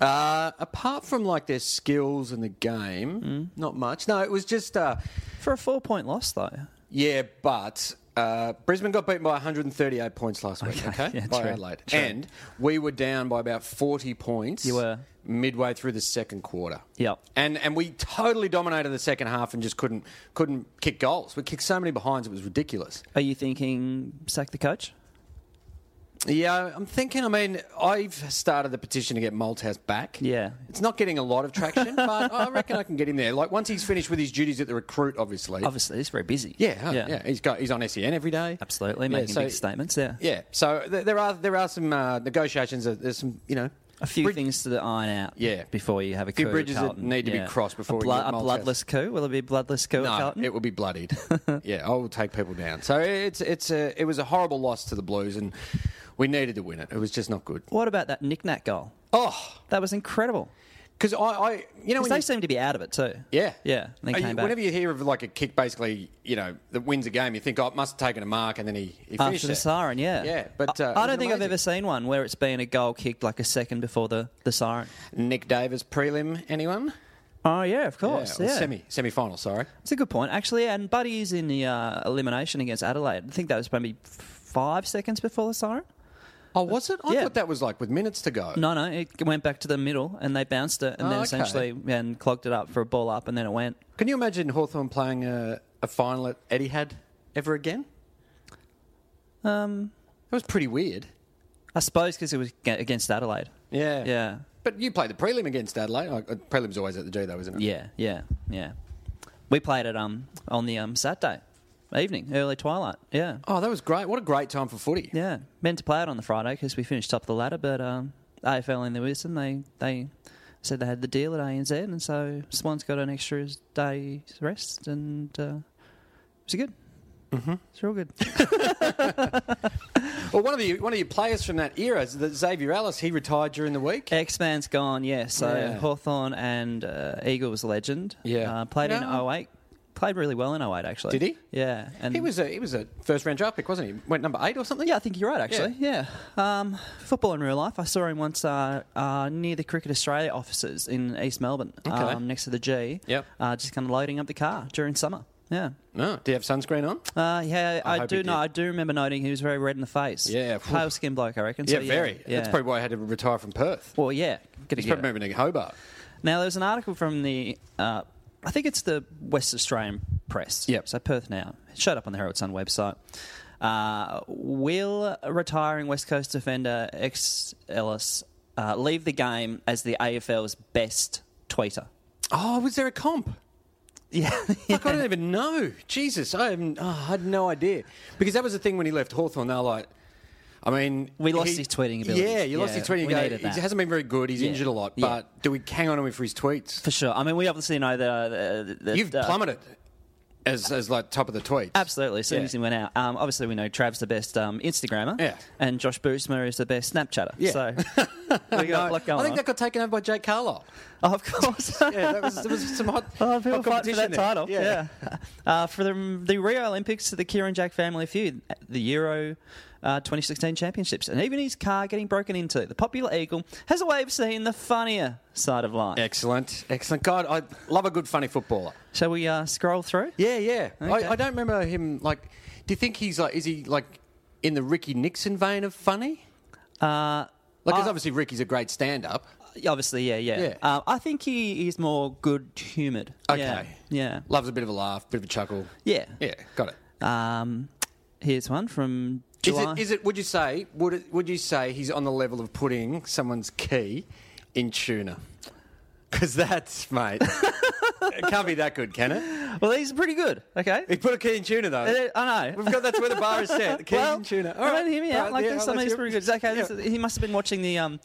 [SPEAKER 2] Uh, apart from like their skills and the game, not much. No, it was just uh,
[SPEAKER 1] For a four point loss, though.
[SPEAKER 2] yeah, but. Uh, Brisbane got beaten by 138 points last week, okay?
[SPEAKER 1] yeah,
[SPEAKER 2] by
[SPEAKER 1] true,
[SPEAKER 2] Adelaide.
[SPEAKER 1] true.
[SPEAKER 2] And we were down by about 40 points.
[SPEAKER 1] You were.
[SPEAKER 2] midway through the second quarter.
[SPEAKER 1] Yep.
[SPEAKER 2] And and we totally dominated the second half and just couldn't couldn't kick goals. We kicked so many behinds it was ridiculous.
[SPEAKER 1] Are you thinking sack the coach?
[SPEAKER 2] Yeah, I'm thinking. I mean, I've started the petition to get Malthouse back.
[SPEAKER 1] Yeah.
[SPEAKER 2] it's not getting a lot of traction, but I reckon I can get him there. Like once he's finished with his duties at the recruit, obviously.
[SPEAKER 1] Obviously, he's very busy.
[SPEAKER 2] Yeah, huh, yeah, He's got he's on SEN every day.
[SPEAKER 1] Absolutely,
[SPEAKER 2] Yeah,
[SPEAKER 1] making
[SPEAKER 2] so-
[SPEAKER 1] big statements. Yeah.
[SPEAKER 2] Yeah, so th- there are there are some uh, negotiations. uh, There's some you know
[SPEAKER 1] A few
[SPEAKER 2] brid-
[SPEAKER 1] things to iron out
[SPEAKER 2] Yeah.
[SPEAKER 1] before you have a
[SPEAKER 2] Few
[SPEAKER 1] coup at
[SPEAKER 2] bridges that
[SPEAKER 1] Carlton.
[SPEAKER 2] need to be crossed before
[SPEAKER 1] a,
[SPEAKER 2] we
[SPEAKER 1] blo-
[SPEAKER 2] get
[SPEAKER 1] a
[SPEAKER 2] Malthouse.
[SPEAKER 1] bloodless coup. Will it be a bloodless coup at Carlton?
[SPEAKER 2] it will be bloodied. yeah, I will take people down. So it's it's a it was a horrible loss to the Blues, and we needed to win it. It was just not good.
[SPEAKER 1] what about that knick-knack goal?
[SPEAKER 2] Oh,
[SPEAKER 1] That was incredible.
[SPEAKER 2] because I, I you know
[SPEAKER 1] 'Cause
[SPEAKER 2] when
[SPEAKER 1] they
[SPEAKER 2] you,
[SPEAKER 1] seem to be out of it too.
[SPEAKER 2] yeah
[SPEAKER 1] yeah. And they
[SPEAKER 2] Uh, you-
[SPEAKER 1] came back.
[SPEAKER 2] Whenever you hear of like a kick, basically you know that wins a game, you think oh, it must have taken a mark, and then he, he finished
[SPEAKER 1] after the
[SPEAKER 2] it.
[SPEAKER 1] siren, yeah,
[SPEAKER 2] Yeah, but,
[SPEAKER 1] I-
[SPEAKER 2] uh, it
[SPEAKER 1] I,
[SPEAKER 2] was
[SPEAKER 1] don't think I've
[SPEAKER 2] amazing.
[SPEAKER 1] ever seen one where it's been a goal kicked like a second before the, the siren.
[SPEAKER 2] Nick Davis prelim, anyone?
[SPEAKER 1] Oh yeah, of course,
[SPEAKER 2] or
[SPEAKER 1] yeah.
[SPEAKER 2] semi semi final. Sorry,
[SPEAKER 1] It's a good point actually. And Buddy is in the uh, elimination against Adelaide. I think that was maybe five seconds before the siren.
[SPEAKER 2] oh was it? I
[SPEAKER 1] Yeah.
[SPEAKER 2] thought that was like with minutes to go.
[SPEAKER 1] No, no, it went back to the middle and they bounced it and
[SPEAKER 2] Oh,
[SPEAKER 1] then
[SPEAKER 2] okay.
[SPEAKER 1] essentially and clogged it up for a ball up and then it went.
[SPEAKER 2] Can you imagine Hawthorn playing a, a final at Etihad ever again? Um,
[SPEAKER 1] Um,
[SPEAKER 2] that was pretty weird.
[SPEAKER 1] I suppose because it was ga- against Adelaide.
[SPEAKER 2] Yeah.
[SPEAKER 1] Yeah.
[SPEAKER 2] But you played the prelim against Adelaide. Oh, uh, prelim's always at the G, though, isn't it?
[SPEAKER 1] Yeah, yeah, yeah. We played it um on the um Saturday evening, early twilight. Yeah,
[SPEAKER 2] Oh, that was great. What a great time for footy.
[SPEAKER 1] yeah. Meant to play it on the Friday because we finished top of the ladder, but um AFL in the Wisdom they they said they had the deal at ANZ, and so Swans got an extra day's rest, and uh, it was good. Mm-hmm. It's real good.
[SPEAKER 2] Well, one of the one of your players from that era, is the Xavier Alice, he retired during the week.
[SPEAKER 1] X Man's gone, yeah. So
[SPEAKER 2] Yeah.
[SPEAKER 1] Hawthorn and uh, Eagle was a legend.
[SPEAKER 2] Yeah.
[SPEAKER 1] Uh, played
[SPEAKER 2] No.
[SPEAKER 1] in 08. Played really well in 08, actually.
[SPEAKER 2] Did he?
[SPEAKER 1] Yeah. And
[SPEAKER 2] He was a he was a first round draft pick, wasn't he? Went number eight or something.
[SPEAKER 1] Yeah, I think you're right, actually. Yeah. Um, football in real life. I saw him once uh, uh, near the Cricket Australia offices in East Melbourne, um, next to the G.
[SPEAKER 2] Yep.
[SPEAKER 1] Uh, just kind of loading up the car during summer. Yeah.
[SPEAKER 2] No. Oh, Do you have sunscreen on?
[SPEAKER 1] Uh, yeah,
[SPEAKER 2] I
[SPEAKER 1] I,
[SPEAKER 2] hope he
[SPEAKER 1] do know.
[SPEAKER 2] did.
[SPEAKER 1] I do remember noting he was very red in the face.
[SPEAKER 2] Yeah, phew.
[SPEAKER 1] Pale skin bloke, I reckon.
[SPEAKER 2] yeah,
[SPEAKER 1] so,
[SPEAKER 2] very.
[SPEAKER 1] Yeah.
[SPEAKER 2] That's probably why I had to retire from Perth.
[SPEAKER 1] Well, yeah. Gonna
[SPEAKER 2] He's
[SPEAKER 1] get
[SPEAKER 2] probably
[SPEAKER 1] it.
[SPEAKER 2] moving to Hobart.
[SPEAKER 1] Now, there's an article from the, uh, I think it's the West Australian Press.
[SPEAKER 2] Yep.
[SPEAKER 1] So Perth Now. It showed up on the Herald Sun website. Uh, will retiring West Coast defender ex Ellis uh, leave the game as the AFL's best tweeter?
[SPEAKER 2] Oh, was there a comp?
[SPEAKER 1] Yeah.
[SPEAKER 2] Fuck, I don't even know. Jesus, I, haven't, oh, I had no idea. Because that was the thing when he left Hawthorn. They were like, I mean.
[SPEAKER 1] We lost
[SPEAKER 2] he-
[SPEAKER 1] his tweeting abilities.
[SPEAKER 2] Yeah, you lost
[SPEAKER 1] Yeah,
[SPEAKER 2] his tweeting
[SPEAKER 1] we needed
[SPEAKER 2] ability.
[SPEAKER 1] that.
[SPEAKER 2] He hasn't been very good. He's
[SPEAKER 1] Yeah.
[SPEAKER 2] injured a lot.
[SPEAKER 1] Yeah.
[SPEAKER 2] But do we hang on to him for his tweets?
[SPEAKER 1] For sure. I mean, we obviously know that. Uh, that- that
[SPEAKER 2] You've
[SPEAKER 1] uh,
[SPEAKER 2] plummeted as, as like top of the tweets.
[SPEAKER 1] Absolutely, as soon
[SPEAKER 2] Yeah.
[SPEAKER 1] as he went out. Um, obviously, we know Trav's the best um, Instagrammer,
[SPEAKER 2] Yeah.
[SPEAKER 1] and Josh Boosmer is the best Snapchatter.
[SPEAKER 2] Yeah.
[SPEAKER 1] So we got a lot going
[SPEAKER 2] I think
[SPEAKER 1] on.
[SPEAKER 2] that got taken over by Jake Carlisle.
[SPEAKER 1] Oh, of course.
[SPEAKER 2] Yeah, that was, there was some hot,
[SPEAKER 1] Oh, people fight
[SPEAKER 2] hot
[SPEAKER 1] for
[SPEAKER 2] competition
[SPEAKER 1] that
[SPEAKER 2] there.
[SPEAKER 1] title. Yeah. Uh, for the, the Rio Olympics, the Kieran Jack family feud, the Euro uh, 2016 championships, and even his car getting broken into. The popular eagle has a way of seeing the funnier side of life.
[SPEAKER 2] Excellent, excellent. God, I love a good funny footballer.
[SPEAKER 1] Shall we uh, scroll through?
[SPEAKER 2] Yeah, yeah.
[SPEAKER 1] Okay.
[SPEAKER 2] I, I don't remember him. Like, do you think he's like? Is he like in the Ricky Nixon vein of funny?
[SPEAKER 1] Uh,
[SPEAKER 2] Like, 'cause
[SPEAKER 1] I-
[SPEAKER 2] obviously Ricky's a great stand-up.
[SPEAKER 1] obviously, yeah, yeah.
[SPEAKER 2] Yeah.
[SPEAKER 1] Uh, I think he is more good humoured.
[SPEAKER 2] Okay.
[SPEAKER 1] Yeah. yeah.
[SPEAKER 2] Loves a bit of a laugh, bit of a chuckle.
[SPEAKER 1] Yeah.
[SPEAKER 2] Yeah, got it.
[SPEAKER 1] Um, here's one from
[SPEAKER 2] Is
[SPEAKER 1] July.
[SPEAKER 2] it? Is it? Would you say? Would it? Would you say he's on the level of putting someone's key in tuna? Because that's mate. it can't be that good, can it?
[SPEAKER 1] well, these are pretty good. Okay.
[SPEAKER 2] He put a key in tuna though.
[SPEAKER 1] Uh, I know.
[SPEAKER 2] We've got that's where the bar is set. The key in tuna. All
[SPEAKER 1] I
[SPEAKER 2] right,
[SPEAKER 1] mean, Oh, hear me
[SPEAKER 2] all
[SPEAKER 1] out.
[SPEAKER 2] right,
[SPEAKER 1] Like,
[SPEAKER 2] yeah,
[SPEAKER 1] there's
[SPEAKER 2] I'll
[SPEAKER 1] some of
[SPEAKER 2] let
[SPEAKER 1] these
[SPEAKER 2] you-
[SPEAKER 1] pretty good. Okay, this
[SPEAKER 2] Yeah.
[SPEAKER 1] is- he must have been watching the um,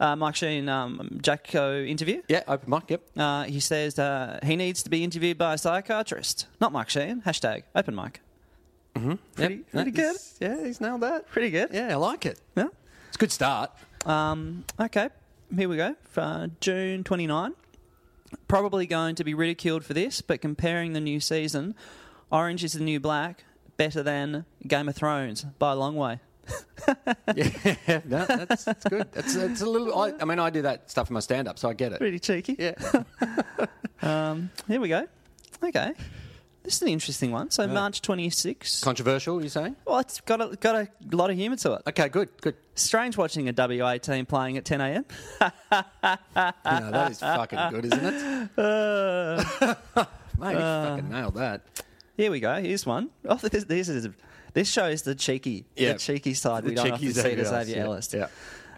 [SPEAKER 1] uh, Mike Sheen, um, Jacko interview.
[SPEAKER 2] Yeah, open mic. Yep.
[SPEAKER 1] Uh, he says uh, he needs to be interviewed by a psychiatrist, not Mike Sheen. Hashtag open mic. Mm-hmm. Pretty, pretty good.
[SPEAKER 2] He's- Yeah, he's nailed that.
[SPEAKER 1] Pretty good.
[SPEAKER 2] Yeah, I like it.
[SPEAKER 1] Yeah.
[SPEAKER 2] It's a good start.
[SPEAKER 1] Um, okay, here we go. Uh, June 29. Probably going to be ridiculed for this, but comparing the new season, Orange is the New Black, better than Game of Thrones by a long way.
[SPEAKER 2] Yeah, no, that's, that's good. It's, it's a little. I, I mean, I do that stuff in my stand-up, so I get it.
[SPEAKER 1] Pretty cheeky.
[SPEAKER 2] Yeah.
[SPEAKER 1] Here we go. Okay. This is an interesting one. So March 26.
[SPEAKER 2] Controversial, you're saying?
[SPEAKER 1] Well, it's got a, got a lot of humour to it.
[SPEAKER 2] Okay, good, good.
[SPEAKER 1] Strange watching a WA team playing at 10 a.m.
[SPEAKER 2] You know, that is fucking good, isn't it?
[SPEAKER 1] Uh,
[SPEAKER 2] Mate, you fucking nailed that.
[SPEAKER 1] here we go. Here's one. Oh, this, this is this shows the cheeky,
[SPEAKER 2] Yeah.
[SPEAKER 1] the cheeky side we
[SPEAKER 2] The
[SPEAKER 1] don't
[SPEAKER 2] cheeky
[SPEAKER 1] often see to
[SPEAKER 2] Xavier Ellis,
[SPEAKER 1] Xavier
[SPEAKER 2] yeah,
[SPEAKER 1] Ellis.
[SPEAKER 2] yeah.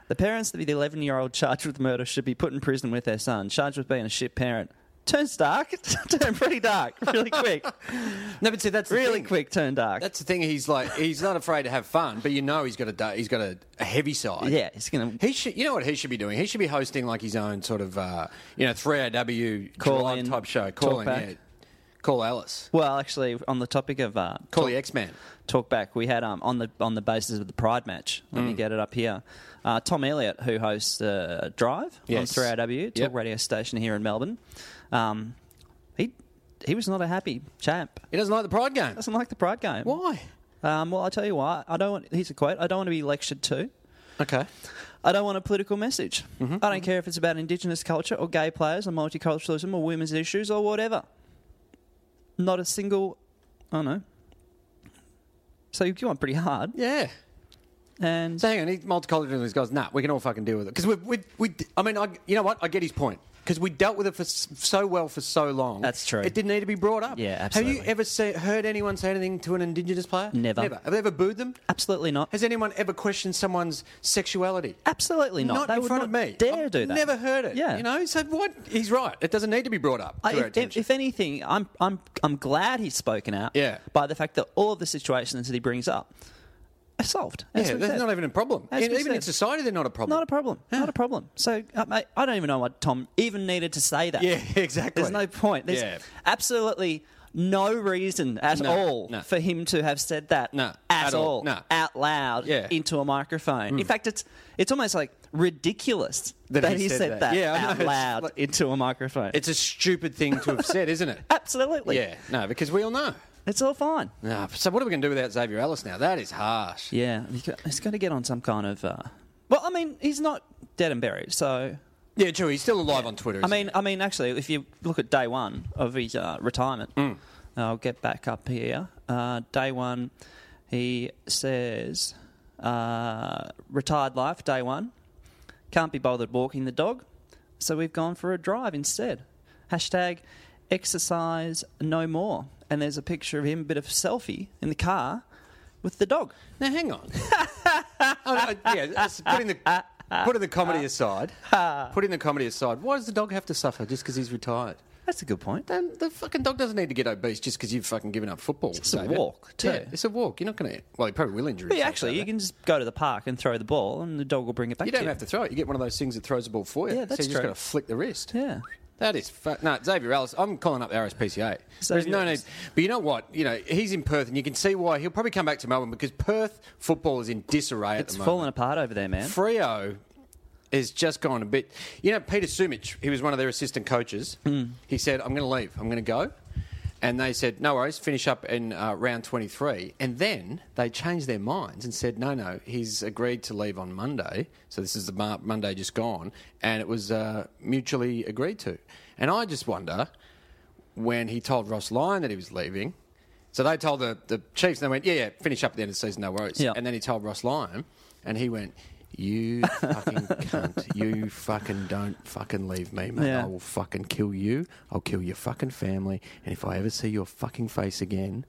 [SPEAKER 1] The parents of the 11 year old charged with murder should be put in prison with their son, charged with being a shit parent. Turns dark. Turn pretty dark. Really quick.
[SPEAKER 2] No, but see, that's the
[SPEAKER 1] really
[SPEAKER 2] thing.
[SPEAKER 1] quick. Turn dark.
[SPEAKER 2] That's the thing. He's like, he's not afraid to have fun, but you know, he's got a da- he's got a, a heavy side.
[SPEAKER 1] yeah, it's gonna
[SPEAKER 2] He should, you know what he should be doing? He should be hosting like his own sort of, uh, you know, 3AW
[SPEAKER 1] Call
[SPEAKER 2] July
[SPEAKER 1] in,
[SPEAKER 2] type show.
[SPEAKER 1] talk
[SPEAKER 2] Call in,
[SPEAKER 1] back.
[SPEAKER 2] yeah. Call Alice.
[SPEAKER 1] Well, actually, on the topic of uh,
[SPEAKER 2] Call the X-Man.
[SPEAKER 1] talk back, we had um, on the on the basis of the Pride match. Let
[SPEAKER 2] Mm.
[SPEAKER 1] me get it up here. Uh, Tom Elliott, who hosts uh, Drive
[SPEAKER 2] Yes.
[SPEAKER 1] on 3RW, talk
[SPEAKER 2] Yep.
[SPEAKER 1] radio station here in Melbourne, um, he he was not a happy champ.
[SPEAKER 2] He doesn't like the Pride game.
[SPEAKER 1] Doesn't like the Pride game.
[SPEAKER 2] Why?
[SPEAKER 1] Um, well, I'll tell you why. I don't. Want, here's a quote. I don't want to be lectured to.
[SPEAKER 2] Okay.
[SPEAKER 1] I don't want a political message.
[SPEAKER 2] Mm-hmm.
[SPEAKER 1] I don't care if it's about Indigenous culture or gay players or multiculturalism or women's issues or whatever. Not a single. I don't know. So you went pretty hard,
[SPEAKER 2] Yeah.
[SPEAKER 1] and
[SPEAKER 2] So hang on, he multiculturalism. These guys, nah, we can all fucking deal with it because we, we, we, I mean, I, you know what? I get his point because we dealt with it for s- so well for so long.
[SPEAKER 1] That's true.
[SPEAKER 2] It didn't need to be brought up.
[SPEAKER 1] Yeah,
[SPEAKER 2] Have
[SPEAKER 1] absolutely.
[SPEAKER 2] you ever say, heard anyone say anything to an Indigenous player?
[SPEAKER 1] Never.
[SPEAKER 2] Never. Have they ever booed them?
[SPEAKER 1] absolutely not.
[SPEAKER 2] Has anyone ever questioned someone's sexuality?
[SPEAKER 1] Absolutely not. They
[SPEAKER 2] in
[SPEAKER 1] would
[SPEAKER 2] front
[SPEAKER 1] not
[SPEAKER 2] of me.
[SPEAKER 1] Dare
[SPEAKER 2] I've
[SPEAKER 1] do that?
[SPEAKER 2] Never heard it.
[SPEAKER 1] Yeah.
[SPEAKER 2] You know. So what? He's right. It doesn't need to be brought up. To
[SPEAKER 1] I-
[SPEAKER 2] our
[SPEAKER 1] if, if,
[SPEAKER 2] attention.
[SPEAKER 1] if anything, I'm I'm I'm glad he's spoken out.
[SPEAKER 2] Yeah.
[SPEAKER 1] By the fact that all of the situations that he brings up are solved. As
[SPEAKER 2] yeah,
[SPEAKER 1] we
[SPEAKER 2] that's
[SPEAKER 1] said.
[SPEAKER 2] not even a problem.
[SPEAKER 1] As
[SPEAKER 2] In-
[SPEAKER 1] we
[SPEAKER 2] even in
[SPEAKER 1] said.
[SPEAKER 2] society, they're not a problem.
[SPEAKER 1] Not a problem. Not a problem. So uh, mate, I don't even know why Tom even needed to say that.
[SPEAKER 2] Yeah, exactly.
[SPEAKER 1] There's no point. There's
[SPEAKER 2] Yeah.
[SPEAKER 1] absolutely no reason at
[SPEAKER 2] No,
[SPEAKER 1] all
[SPEAKER 2] no.
[SPEAKER 1] for him to have said that
[SPEAKER 2] No,
[SPEAKER 1] at,
[SPEAKER 2] at
[SPEAKER 1] all,
[SPEAKER 2] all, no.
[SPEAKER 1] out loud
[SPEAKER 2] Yeah. Mm.
[SPEAKER 1] into a microphone. In fact, it's it's almost like ridiculous that,
[SPEAKER 2] That
[SPEAKER 1] he, said, that,
[SPEAKER 2] Yeah, I know.
[SPEAKER 1] out
[SPEAKER 2] It's
[SPEAKER 1] loud
[SPEAKER 2] like-
[SPEAKER 1] into a microphone.
[SPEAKER 2] It's a stupid thing to have said, isn't it?
[SPEAKER 1] absolutely.
[SPEAKER 2] Yeah, no, because we all know.
[SPEAKER 1] It's all fine.
[SPEAKER 2] No, so what are we going to do without Xavier Ellis now? That is harsh.
[SPEAKER 1] Yeah, he's got to get on some kind of. Uh, well, I mean, he's not dead and buried, so
[SPEAKER 2] Yeah, true. He's still alive on Twitter.
[SPEAKER 1] I
[SPEAKER 2] isn't
[SPEAKER 1] mean, I mean, actually, if you look at day one of his uh, retirement, uh, I'll get back up here. Uh, day one, he says, uh, retired life, day one. Can't be bothered walking the dog, so we've gone for a drive instead. Hashtag exercise no more. And there's a picture of him, a bit of selfie in the car with the dog.
[SPEAKER 2] he? now hang on. I, I, yeah, just putting the putting the comedy aside, putting the comedy aside. Why does the dog have to suffer just because he's retired?
[SPEAKER 1] That's a good point.
[SPEAKER 2] Then the fucking dog doesn't need to get obese just because you've fucking given up football. It's
[SPEAKER 1] a walk, too.
[SPEAKER 2] Yeah, it's a walk. You're not going to. Well, he probably will injure
[SPEAKER 1] But
[SPEAKER 2] himself.
[SPEAKER 1] actually, you
[SPEAKER 2] don't they?
[SPEAKER 1] can just go to the park and throw the ball, and the dog will bring it back.
[SPEAKER 2] You
[SPEAKER 1] to
[SPEAKER 2] don't
[SPEAKER 1] you.
[SPEAKER 2] have to throw it. You get one of those things that throws the ball for you.
[SPEAKER 1] Yeah, that's
[SPEAKER 2] so you just
[SPEAKER 1] true.
[SPEAKER 2] got to flick the wrist.
[SPEAKER 1] Yeah.
[SPEAKER 2] That is fu- no Xavier Ellis. I'm calling up the RSPCA. There's
[SPEAKER 1] Xavier
[SPEAKER 2] no need,
[SPEAKER 1] Ellis.
[SPEAKER 2] but you know what? You know he's in Perth, and you can see why he'll probably come back to Melbourne because Perth football is in disarray at
[SPEAKER 1] It's
[SPEAKER 2] the moment.
[SPEAKER 1] falling apart over there, man.
[SPEAKER 2] Frio has just gone a bit. You know, Peter Sumich, he was one of their assistant coaches. He said, "I'm going to leave. I'm going to go." And they said, "No worries. Finish up in uh, round 23." And then they changed their minds and said, "No, no. He's agreed to leave on Monday. So this is the Mar- Monday just gone, and it was uh, mutually agreed to." And I just wonder when he told Ross Lyon that he was leaving. So they told the, the Chiefs, and they went, yeah, yeah, finish up at the end of the season, no worries.
[SPEAKER 1] Yeah.
[SPEAKER 2] And then he told Ross Lyon, and he went, you fucking cunt. You fucking don't fucking leave me, mate.
[SPEAKER 1] Yeah.
[SPEAKER 2] I will fucking kill you. I'll kill your fucking family. And if I ever see your fucking face again,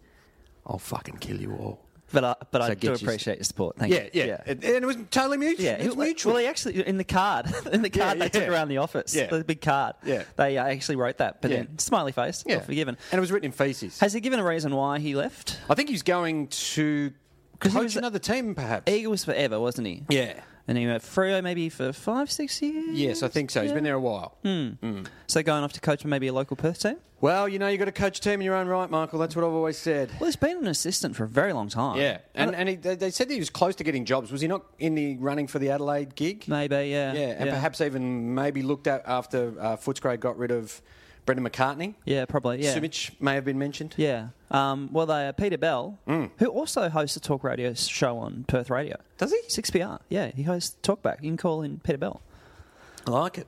[SPEAKER 2] I'll fucking kill you all.
[SPEAKER 1] But I, but
[SPEAKER 2] So
[SPEAKER 1] I
[SPEAKER 2] get
[SPEAKER 1] do
[SPEAKER 2] your-
[SPEAKER 1] appreciate your support. Thank
[SPEAKER 2] Yeah,
[SPEAKER 1] you.
[SPEAKER 2] yeah. And and it was totally mutual.
[SPEAKER 1] Yeah,
[SPEAKER 2] It was
[SPEAKER 1] well,
[SPEAKER 2] mutual.
[SPEAKER 1] Well, he actually in the card, in the
[SPEAKER 2] Yeah,
[SPEAKER 1] card they took
[SPEAKER 2] yeah.
[SPEAKER 1] around the office,
[SPEAKER 2] Yeah.
[SPEAKER 1] the big card.
[SPEAKER 2] Yeah.
[SPEAKER 1] they uh, actually wrote that. But
[SPEAKER 2] Yeah.
[SPEAKER 1] then smiley face,
[SPEAKER 2] yeah.
[SPEAKER 1] yeah. forgiven.
[SPEAKER 2] And it was written in feces.
[SPEAKER 1] Has he given a reason why he left?
[SPEAKER 2] I think he's going to
[SPEAKER 1] 'Cause he
[SPEAKER 2] coach
[SPEAKER 1] was-
[SPEAKER 2] another team, perhaps.
[SPEAKER 1] Eagles forever, wasn't he?
[SPEAKER 2] Yeah.
[SPEAKER 1] And he went Frio maybe for five, six years.
[SPEAKER 2] Yes, I think so. He's been there a while.
[SPEAKER 1] Hmm. So going off to coach maybe a local Perth team.
[SPEAKER 2] Well, you know, you've got to coach a team in your own right, Michael. That's what I've always said.
[SPEAKER 1] Well, he's been an assistant for a very long time.
[SPEAKER 2] Yeah, and and he, they they said that he was close to getting jobs. Was he not in the running for the Adelaide gig?
[SPEAKER 1] maybe. Yeah.
[SPEAKER 2] Yeah, and perhaps even maybe looked at after uh, Footscray got rid of Brendan McCartney.
[SPEAKER 1] Yeah, probably. Yeah.
[SPEAKER 2] Sumich may have been mentioned.
[SPEAKER 1] Yeah. Um, well, they are Peter Bell,
[SPEAKER 2] Mm.
[SPEAKER 1] who also hosts a talk radio show on Perth Radio.
[SPEAKER 2] Does he?
[SPEAKER 1] 6PR. Yeah, he hosts Talkback. You can call in Peter Bell.
[SPEAKER 2] I like it.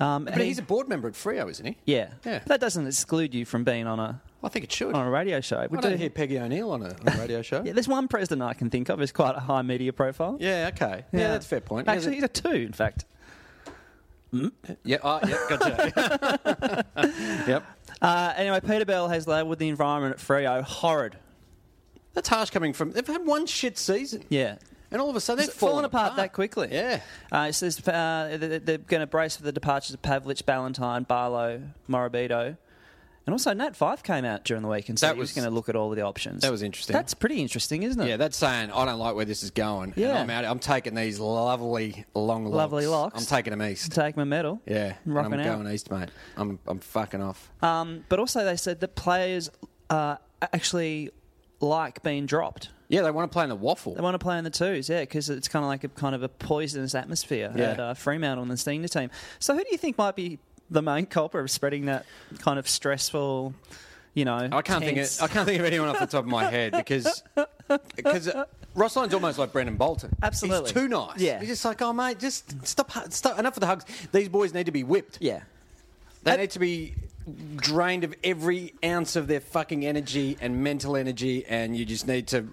[SPEAKER 1] Um,
[SPEAKER 2] But he's a board member at Frio, isn't he?
[SPEAKER 1] yeah.
[SPEAKER 2] Yeah.
[SPEAKER 1] But that doesn't exclude you from being on a
[SPEAKER 2] I think it should.
[SPEAKER 1] on a radio show. We
[SPEAKER 2] I don't hear Peggy O'Neill on a, on a radio show.
[SPEAKER 1] Yeah, there's one president I can think of who's quite a high media profile.
[SPEAKER 2] Yeah, okay. Yeah, that's a fair point.
[SPEAKER 1] Actually, he's a two, in fact.
[SPEAKER 2] yeah, oh, yeah, gotcha. yep.
[SPEAKER 1] Uh, anyway, Peter Bell has labelled the environment at Freo horrid.
[SPEAKER 2] That's harsh coming from. They've had one shit season.
[SPEAKER 1] Yeah.
[SPEAKER 2] And all of a sudden, they're
[SPEAKER 1] It's fallen apart, that quickly.
[SPEAKER 2] Yeah.
[SPEAKER 1] Uh, it says uh, th- th- they're going to brace for the departures of Pavlich, Ballantyne, Barlow, Morabito. And also, Nat Five came out during the week and said
[SPEAKER 2] That
[SPEAKER 1] he was
[SPEAKER 2] was-
[SPEAKER 1] going to look at all of the options.
[SPEAKER 2] that was interesting.
[SPEAKER 1] That's pretty interesting, isn't it?
[SPEAKER 2] Yeah, that's saying I don't like where this is going. and
[SPEAKER 1] Yeah.
[SPEAKER 2] I'm out. I'm taking these lovely long locks.
[SPEAKER 1] Lovely locks.
[SPEAKER 2] I'm taking them east.
[SPEAKER 1] Take my medal.
[SPEAKER 2] yeah, and
[SPEAKER 1] Rocking
[SPEAKER 2] I'm
[SPEAKER 1] out.
[SPEAKER 2] going east, mate. I'm I'm fucking off.
[SPEAKER 1] Um, but also, they said that players uh, actually like being dropped.
[SPEAKER 2] yeah, they want to play in the waffle.
[SPEAKER 1] They want to play in the twos, yeah, because it's kind of like a kind of a poisonous atmosphere
[SPEAKER 2] Yeah.
[SPEAKER 1] at uh, Fremantle and the senior team. So, who do you think might be the main culprit of spreading that kind of stressful, you know?
[SPEAKER 2] I
[SPEAKER 1] tense-
[SPEAKER 2] can't think. Of, I can't think of anyone off the top of my head because because uh, Ross Lyon's almost like Brendan Bolton.
[SPEAKER 1] Absolutely.
[SPEAKER 2] he's too nice.
[SPEAKER 1] Yeah.
[SPEAKER 2] he's just like, oh mate, just stop, hu- stop. Enough of the hugs. These boys need to be whipped.
[SPEAKER 1] Yeah.
[SPEAKER 2] They need to be drained of every ounce of their fucking energy and mental energy, and you just need to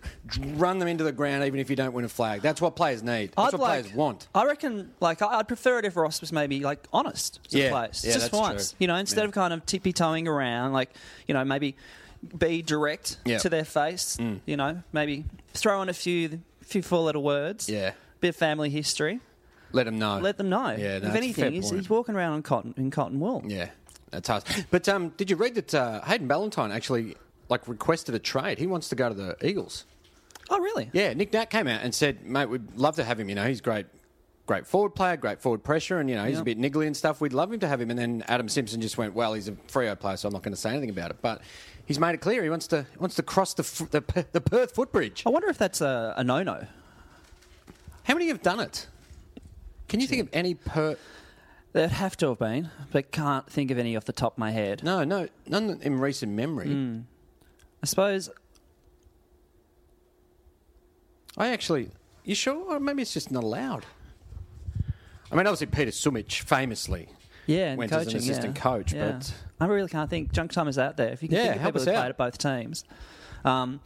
[SPEAKER 2] run them into the ground, even if you don't win a flag. That's what players need. That's what players want.
[SPEAKER 1] I reckon, like, I- I'd prefer it if Ross was maybe like honest to
[SPEAKER 2] Yeah,
[SPEAKER 1] players,
[SPEAKER 2] yeah,
[SPEAKER 1] just
[SPEAKER 2] that's
[SPEAKER 1] once,
[SPEAKER 2] true.
[SPEAKER 1] you know, instead
[SPEAKER 2] Yeah.
[SPEAKER 1] of kind of tippy toeing around, like, you know, maybe be direct
[SPEAKER 2] Yeah. Mm.
[SPEAKER 1] to their face, you know, maybe throw in a few, few four letter words,
[SPEAKER 2] Yeah.
[SPEAKER 1] bit of family history,
[SPEAKER 2] Let them know.
[SPEAKER 1] let them know.
[SPEAKER 2] Yeah, no,
[SPEAKER 1] if
[SPEAKER 2] that's a fair
[SPEAKER 1] anything, he's,
[SPEAKER 2] point.
[SPEAKER 1] he's walking around on cotton in cotton wool.
[SPEAKER 2] Yeah, that's hard. But um, did you read that uh, Hayden Ballantyne actually like requested a trade? He wants to go to the Eagles.
[SPEAKER 1] Oh, really?
[SPEAKER 2] Yeah, Nick Nat came out and said, "Mate, we'd love to have him. You know, he's great." Great forward player, great forward pressure, and you know he's a bit niggly and stuff. We'd love him to have him. And then Adam Simpson just went, "Well, he's a Freo player, so I'm not going to say anything about it." But he's made it clear he wants to he wants to cross the f- the, P- the Perth footbridge.
[SPEAKER 1] I wonder if that's a, a no no.
[SPEAKER 2] How many have done it? Can you think of any per?
[SPEAKER 1] There'd have to have been, but can't think of any off the top of my head.
[SPEAKER 2] No, no, none in recent memory.
[SPEAKER 1] I suppose
[SPEAKER 2] I actually, you sure? Or maybe it's just not allowed. I mean, obviously Peter Sumich famously,
[SPEAKER 1] Yeah, and
[SPEAKER 2] went as an
[SPEAKER 1] coaching,
[SPEAKER 2] assistant
[SPEAKER 1] yeah.
[SPEAKER 2] coach,
[SPEAKER 1] Yeah.
[SPEAKER 2] but-
[SPEAKER 1] I really can't think. Junk time is out there. If you can
[SPEAKER 2] Yeah,
[SPEAKER 1] think of
[SPEAKER 2] help
[SPEAKER 1] people
[SPEAKER 2] us
[SPEAKER 1] who played
[SPEAKER 2] out.
[SPEAKER 1] at both teams, um,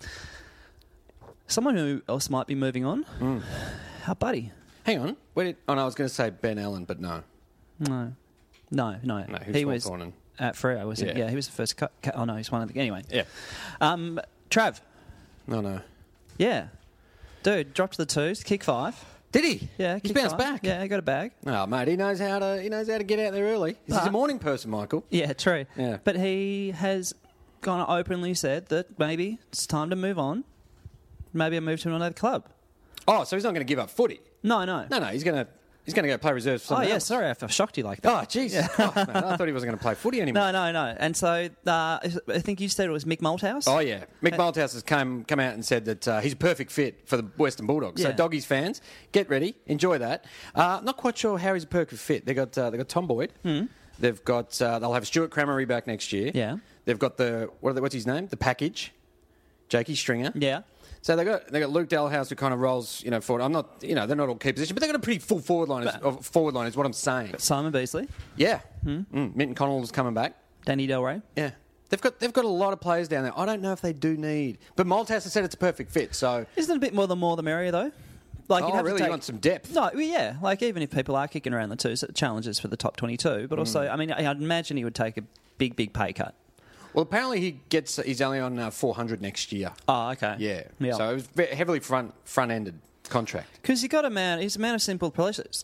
[SPEAKER 1] someone who else might be moving on.
[SPEAKER 2] Mm.
[SPEAKER 1] Our buddy.
[SPEAKER 2] hang on, where did? Oh, no, I was going to say Ben Allen, but no.
[SPEAKER 1] No, no, no.
[SPEAKER 2] No, who's
[SPEAKER 1] he
[SPEAKER 2] Paul
[SPEAKER 1] was
[SPEAKER 2] Cornan?
[SPEAKER 1] at Freo, was it?
[SPEAKER 2] Yeah.
[SPEAKER 1] Yeah, he was the first. Cut, oh no, he's one of the. Anyway,
[SPEAKER 2] Yeah.
[SPEAKER 1] um, Trav.
[SPEAKER 2] No, no.
[SPEAKER 1] Yeah, dude, dropped to the twos, kick five.
[SPEAKER 2] Did he?
[SPEAKER 1] Yeah,
[SPEAKER 2] he's
[SPEAKER 1] kicked
[SPEAKER 2] bounced
[SPEAKER 1] five.
[SPEAKER 2] back.
[SPEAKER 1] Yeah, he got a bag.
[SPEAKER 2] Oh, mate, he knows how to he knows how to get out there early. He's
[SPEAKER 1] But-
[SPEAKER 2] a morning person, Michael.
[SPEAKER 1] Yeah, true.
[SPEAKER 2] Yeah.
[SPEAKER 1] But he has gone openly said that maybe it's time to move on. Maybe I move to another club.
[SPEAKER 2] Oh, so he's not going to give up footy.
[SPEAKER 1] No, no.
[SPEAKER 2] No, no, he's going to he's going to go play reserves. For
[SPEAKER 1] oh,
[SPEAKER 2] someone
[SPEAKER 1] yeah,
[SPEAKER 2] else.
[SPEAKER 1] sorry, I shocked you like that.
[SPEAKER 2] Oh, jeez. Christ, mate, I thought he wasn't going to play footy anymore.
[SPEAKER 1] No, no, no. And so uh, I think you said it was Mick Malthouse.
[SPEAKER 2] Oh yeah, Mick Malthouse has come come out and said that uh, he's a perfect fit for the Western Bulldogs.
[SPEAKER 1] Yeah.
[SPEAKER 2] So doggies fans, get ready, enjoy that. Uh, not quite sure how he's a perfect fit. They got uh, they got Tom Boyd. They've got uh, they'll have Stuart Cramery back next year.
[SPEAKER 1] Hmm. Yeah.
[SPEAKER 2] They've got the what are they, what's his name? The package, Jakey Stringer.
[SPEAKER 1] Yeah.
[SPEAKER 2] So they got they got Luke Dalhouse who kind of rolls you know forward. I'm not you know they're not all key position, but they've got a pretty full forward line. Is, of forward line is what I'm saying.
[SPEAKER 1] Simon Beasley,
[SPEAKER 2] Yeah. Mm, Minton Connell's coming back.
[SPEAKER 1] Danny Del Rey.
[SPEAKER 2] Yeah. They've got they've got a lot of players down there. I don't know if they do need, but Malthouse has said it's a perfect fit. So
[SPEAKER 1] Isn't it a bit more the more the merrier though? Like
[SPEAKER 2] Oh, really? You want some depth?
[SPEAKER 1] No, well, yeah. Like even if people are kicking around the two so challenges for the top twenty-two, but also,
[SPEAKER 2] Mm.
[SPEAKER 1] I mean, I- I'd imagine he would take a big, big pay cut.
[SPEAKER 2] well, apparently he gets he's only on uh, four hundred next year.
[SPEAKER 1] Oh, okay.
[SPEAKER 2] Yeah.
[SPEAKER 1] yeah.
[SPEAKER 2] So it was ve- heavily front front ended contract.
[SPEAKER 1] Because you got a man, he's a man of simple pleasures.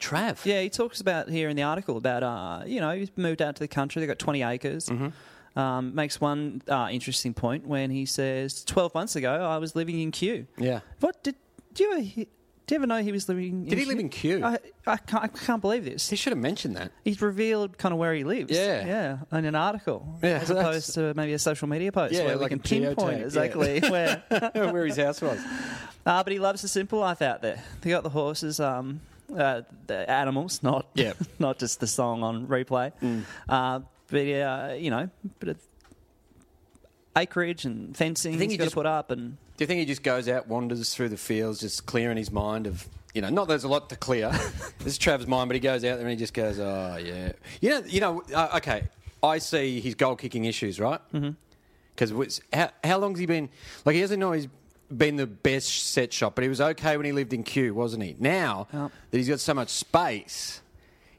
[SPEAKER 2] Trav.
[SPEAKER 1] Yeah, he talks about here in the article about, uh, you know, he's moved out to the country, they've got 20 acres.
[SPEAKER 2] Mm-hmm.
[SPEAKER 1] Um, makes one uh, interesting point when he says, 12 months ago, I was living in Kew.
[SPEAKER 2] Yeah.
[SPEAKER 1] What did, do you ever, he- do you ever know he was living in
[SPEAKER 2] Did he live in Kew?
[SPEAKER 1] I, I, can't, I can't believe this.
[SPEAKER 2] He should have mentioned that.
[SPEAKER 1] He's revealed kind of where he lives.
[SPEAKER 2] Yeah.
[SPEAKER 1] Yeah, in an article.
[SPEAKER 2] Yeah,
[SPEAKER 1] As
[SPEAKER 2] that's-
[SPEAKER 1] opposed to maybe a social media post
[SPEAKER 2] Yeah,
[SPEAKER 1] where we
[SPEAKER 2] like
[SPEAKER 1] can
[SPEAKER 2] a geotag,
[SPEAKER 1] pinpoint
[SPEAKER 2] yeah.
[SPEAKER 1] exactly where.
[SPEAKER 2] Where his house was.
[SPEAKER 1] Uh, but he loves the simple life out there. They got the horses, um, uh, the animals, not
[SPEAKER 2] Yep.
[SPEAKER 1] not just the song on replay.
[SPEAKER 2] Mm.
[SPEAKER 1] Uh, but uh, you know, bit of acreage and fencing.
[SPEAKER 2] I think
[SPEAKER 1] he's
[SPEAKER 2] he
[SPEAKER 1] got to
[SPEAKER 2] just-
[SPEAKER 1] put up and
[SPEAKER 2] Do you think he just goes out, wanders through the fields, just clearing his mind of, you know, not there's a lot to clear. this is Trav's mind, but he goes out there and he just goes, oh, yeah. You know, you know uh, okay, I see his goal kicking issues, right? Because mm-hmm. how, how long's he been? Like, he doesn't know he's been the best set shot, but he was okay when he lived in Q, wasn't he? Now
[SPEAKER 1] Yep.
[SPEAKER 2] that he's got so much space,